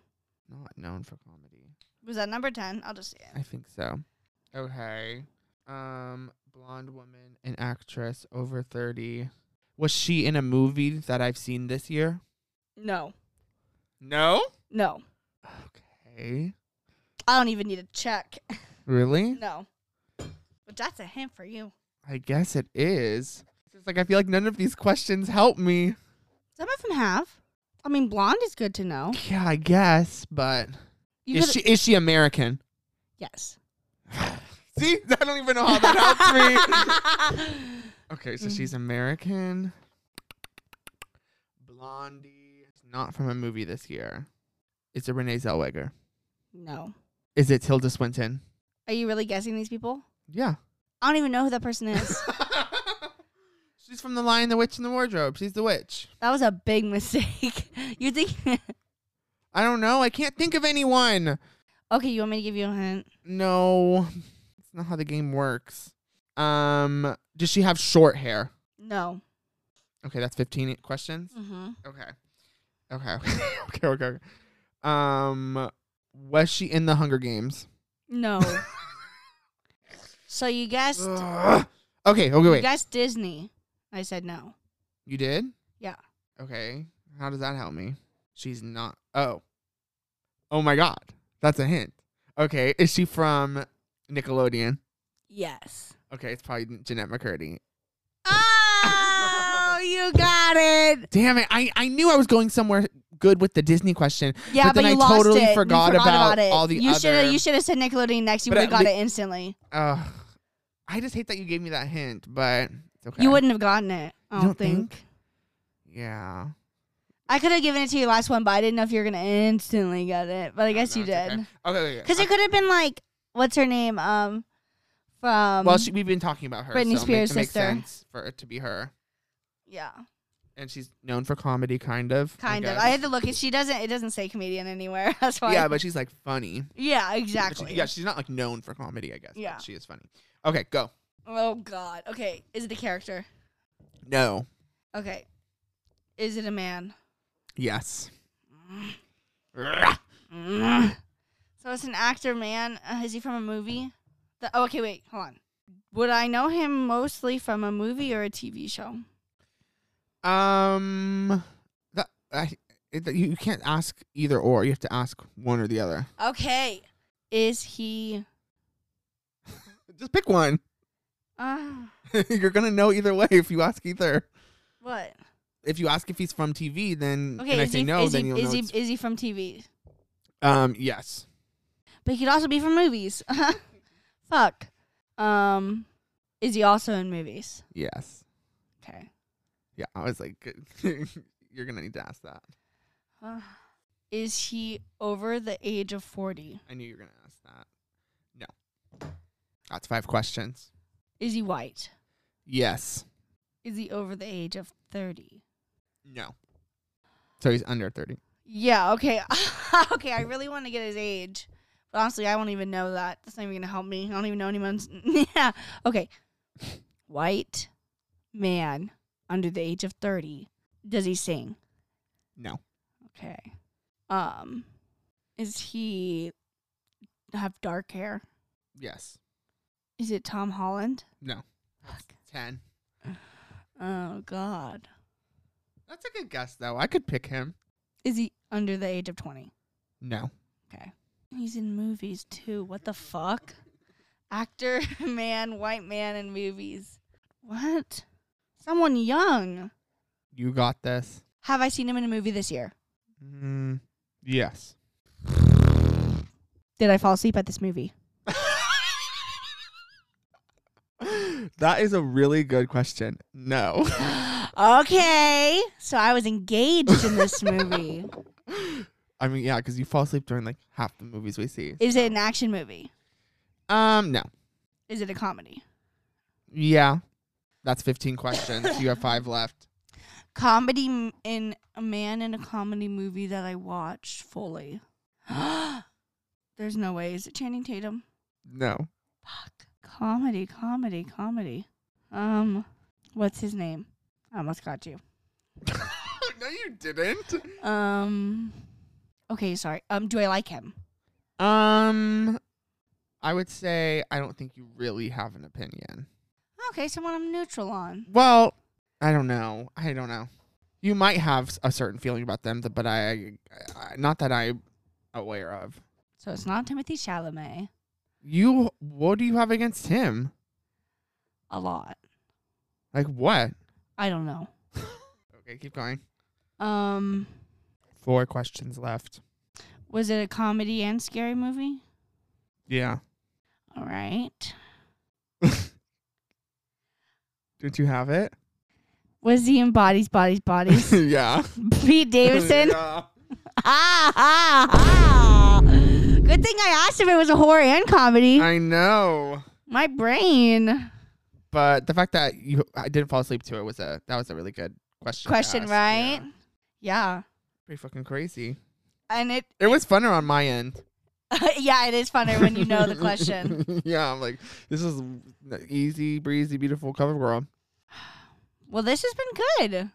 Speaker 1: Not known for comedy.
Speaker 2: Was that number 10? I'll just say it.
Speaker 1: I think so. Okay. Um, blonde woman, an actress over 30. Was she in a movie that I've seen this year?
Speaker 2: No.
Speaker 1: No.
Speaker 2: No.
Speaker 1: Okay.
Speaker 2: I don't even need to check.
Speaker 1: Really?
Speaker 2: No. But that's a hint for you.
Speaker 1: I guess it is. It's just like I feel like none of these questions help me.
Speaker 2: Some of them have. I mean, blonde is good to know.
Speaker 1: Yeah, I guess, but
Speaker 2: You
Speaker 1: is
Speaker 2: could-
Speaker 1: she is she American?
Speaker 2: Yes.
Speaker 1: See, I don't even know how that helps me. Okay, so she's American. Blondie. Not from a movie this year. Is it Renee Zellweger?
Speaker 2: no.
Speaker 1: Is it Tilda Swinton?
Speaker 2: Are you really guessing these people?
Speaker 1: Yeah.
Speaker 2: I don't even know who that person is.
Speaker 1: she's from The Lion, the Witch, and the Wardrobe. She's the witch.
Speaker 2: that was a big mistake. you think?
Speaker 1: I don't know. I can't think of anyone.
Speaker 2: okay, you want me to give you a hint?
Speaker 1: No, it's not how the game works. Um, does she have short hair?
Speaker 2: No.
Speaker 1: Okay, that's 15 questions.
Speaker 2: Mm-hmm.
Speaker 1: Okay. Okay. okay, okay, okay. Um, was she in the Hunger Games?
Speaker 2: No. so you guessed.
Speaker 1: Ugh. Okay, okay,
Speaker 2: You
Speaker 1: wait.
Speaker 2: guessed Disney. I said no.
Speaker 1: You did?
Speaker 2: Yeah.
Speaker 1: Okay. How does that help me? She's not. Oh. Oh my god. That's a hint. Okay, is she from Nickelodeon?
Speaker 2: Yes.
Speaker 1: Okay, it's probably Jeanette McCurdy.
Speaker 2: Oh, you got it.
Speaker 1: Damn it! I, I knew I was going somewhere good with the Disney question,
Speaker 2: Yeah,
Speaker 1: But
Speaker 2: but,
Speaker 1: then I
Speaker 2: you lost
Speaker 1: totally
Speaker 2: it. You
Speaker 1: forgot about
Speaker 2: it.
Speaker 1: all the
Speaker 2: you shoulda-
Speaker 1: other-
Speaker 2: You should have said Nickelodeon next. You
Speaker 1: But
Speaker 2: would have
Speaker 1: at
Speaker 2: got
Speaker 1: lea-
Speaker 2: it instantly.
Speaker 1: Ugh. I just hate that you gave me that hint, but it's okay.
Speaker 2: You wouldn't have gotten it. I
Speaker 1: You
Speaker 2: don't,
Speaker 1: don't think?
Speaker 2: think.
Speaker 1: Yeah.
Speaker 2: I could have given it to you last one, but I didn't know if you were gonna instantly get it. But I guess
Speaker 1: Oh, No,
Speaker 2: you
Speaker 1: it's
Speaker 2: did.
Speaker 1: Okay. okay, okay.
Speaker 2: Because it could have been like, what's her name? Um, from
Speaker 1: well, she, we've been talking about her.
Speaker 2: um, Britney
Speaker 1: so it make,
Speaker 2: Spears'
Speaker 1: it makes
Speaker 2: sister.
Speaker 1: sense for it to be her,
Speaker 2: yeah,
Speaker 1: and she's known for comedy, kind of.
Speaker 2: kind of.
Speaker 1: guess.
Speaker 2: I had to look. and She doesn't. It doesn't say comedian anywhere. That's why.
Speaker 1: Yeah, but she's like funny.
Speaker 2: yeah,
Speaker 1: But she-
Speaker 2: exactly.
Speaker 1: yeah, she's not like known for comedy, I guess. Yeah,
Speaker 2: Yeah.
Speaker 1: she is funny. Okay, go.
Speaker 2: Oh God. Okay. Is it a character?
Speaker 1: No.
Speaker 2: Okay. Is it a man?
Speaker 1: Yes. Mm.
Speaker 2: So it's an actor man. Uh, is he from a movie? The, oh, okay, wait, hold on. Would I know him mostly from a movie or a TV show?
Speaker 1: um, that I. It, you you can't ask either or. You have to ask one or the other.
Speaker 2: Okay. Is he?
Speaker 1: Just pick one.
Speaker 2: Uh,
Speaker 1: You're gonna know either way if you ask either.
Speaker 2: what?
Speaker 1: If you ask if he's from TV, then
Speaker 2: Okay.
Speaker 1: and I
Speaker 2: is
Speaker 1: say
Speaker 2: he?
Speaker 1: no,
Speaker 2: is
Speaker 1: then
Speaker 2: he?
Speaker 1: you'll
Speaker 2: Is
Speaker 1: know.
Speaker 2: he?
Speaker 1: it's-
Speaker 2: Is he from TV?
Speaker 1: um, yes.
Speaker 2: But he could also be from movies. Fuck. Um, is he also in movies?
Speaker 1: Yes.
Speaker 2: Okay.
Speaker 1: Yeah. I was like, you're gonna need to ask that.
Speaker 2: Uh, is he over the age of forty?
Speaker 1: I knew you were gonna ask that. No. That's five questions.
Speaker 2: Is he white?
Speaker 1: Yes.
Speaker 2: Is he over the age of thirty?
Speaker 1: No. So he's under thirty.
Speaker 2: Yeah, okay. okay, I really want to get his age. But honestly, I won't even know that. That's not even going to help me. I don't even know anyone's. yeah. Okay. White man under the age of 30. Does he sing?
Speaker 1: No.
Speaker 2: Okay. Um is he have dark hair?
Speaker 1: Yes.
Speaker 2: Is it Tom Holland?
Speaker 1: No.
Speaker 2: Fuck.
Speaker 1: Ten.
Speaker 2: Oh god.
Speaker 1: That's a good guess though. I could pick him.
Speaker 2: Is he under the age of 20?
Speaker 1: No.
Speaker 2: Okay. He's in movies too. What the fuck? Actor, man, white man in movies. What? Someone young.
Speaker 1: You got this.
Speaker 2: Have I seen him in a movie this year?
Speaker 1: Mm, yes.
Speaker 2: Did I fall asleep at this movie?
Speaker 1: that is a really good question. No.
Speaker 2: okay. So I was engaged in this movie.
Speaker 1: I mean, yeah, because you fall asleep during like half the movies we see.
Speaker 2: Is it an action movie?
Speaker 1: Um, no.
Speaker 2: Is it a comedy?
Speaker 1: Yeah. That's 15 questions. you have five left.
Speaker 2: Comedy m- in a man in a comedy movie that I watched fully. There's no way. Is it Channing Tatum?
Speaker 1: No.
Speaker 2: Fuck. Comedy, comedy, comedy. Um, what's his name? I almost got you.
Speaker 1: no, you didn't.
Speaker 2: Um, okay, sorry. Um, do I like him?
Speaker 1: Um, I would say I don't think you really have an opinion.
Speaker 2: Okay, someone I'm neutral on.
Speaker 1: Well, I don't know. I don't know. You might have s- a certain feeling about them, th- but I, I not that I'm aware of.
Speaker 2: So it's not Timothy Chalamet.
Speaker 1: You, what do you have against him?
Speaker 2: A lot.
Speaker 1: Like what?
Speaker 2: I don't know.
Speaker 1: Okay, keep going.
Speaker 2: Um,
Speaker 1: Four questions left.
Speaker 2: was it a comedy and scary movie?
Speaker 1: Yeah.
Speaker 2: All right.
Speaker 1: Don't you have it?
Speaker 2: Was he in Bodies, Bodies, Bodies?
Speaker 1: yeah.
Speaker 2: Pete Davidson.
Speaker 1: Yeah.
Speaker 2: Ah, ah, ah. Good thing I asked if it was a horror and comedy.
Speaker 1: I know.
Speaker 2: My brain.
Speaker 1: But the fact that you I didn't fall asleep to it was a that was a really good question. to
Speaker 2: question,
Speaker 1: ask.
Speaker 2: right?
Speaker 1: Yeah.
Speaker 2: Yeah.
Speaker 1: Pretty fucking crazy.
Speaker 2: And it,
Speaker 1: It was funner on my end.
Speaker 2: yeah, it is funner when you know the question.
Speaker 1: yeah, I'm like, this is easy, breezy, beautiful cover girl.
Speaker 2: Well, this has been good.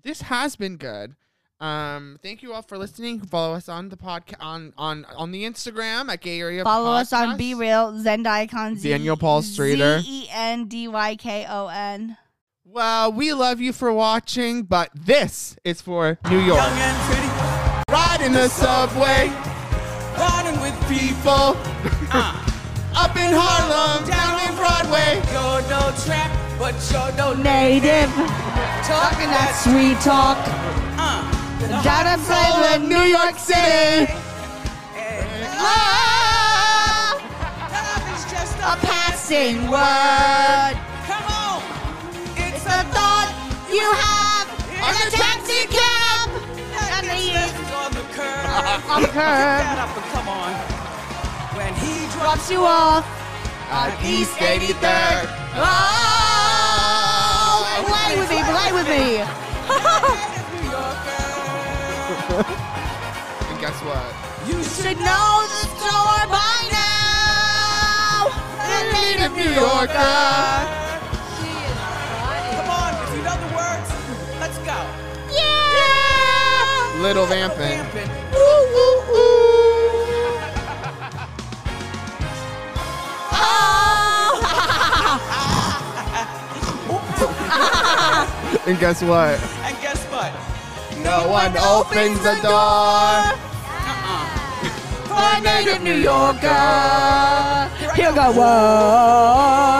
Speaker 1: This has been good. Um, thank you all for listening. You can Follow us on the podcast on on on the Instagram at Gay Area.
Speaker 2: Follow us on
Speaker 1: Podcast.
Speaker 2: Be Real, Zendikon, Z-
Speaker 1: Daniel Paul Streeter.
Speaker 2: Z E N D Y K O N.
Speaker 1: Well, we love you for watching, but this is for New York.
Speaker 5: Young and pretty,
Speaker 1: Ride in the subway,
Speaker 5: riding with
Speaker 1: people. Up in Harlem, down in Broadway.
Speaker 5: you're no trap, but you're no
Speaker 2: Native.
Speaker 5: talking that
Speaker 2: Sweet talk. Down at
Speaker 1: All of New York City.
Speaker 2: Ah,
Speaker 5: Love is just
Speaker 2: a
Speaker 5: a
Speaker 2: passing word.
Speaker 5: Come on, it's
Speaker 2: The
Speaker 5: a
Speaker 2: thought you have on the taxi cab.
Speaker 5: that
Speaker 2: And
Speaker 5: gets
Speaker 2: the
Speaker 5: left on the curb.
Speaker 2: on the curb
Speaker 5: Get up and come on. When he drops
Speaker 2: drops you off.
Speaker 1: On East 83rd.
Speaker 2: Oh, play with me, play with me.
Speaker 5: you, New Yorker,
Speaker 1: And guess what?
Speaker 5: you should
Speaker 2: Should know the score by now. The native New Yorker.
Speaker 5: come on. If you know the words, let's go.
Speaker 2: Yeah.
Speaker 1: Little Vampin'.
Speaker 5: Vamping.
Speaker 2: Oh.
Speaker 1: And guess what?
Speaker 5: And guess what?
Speaker 1: No one opens the door.
Speaker 2: For native New Yorker. He'll go, whoa.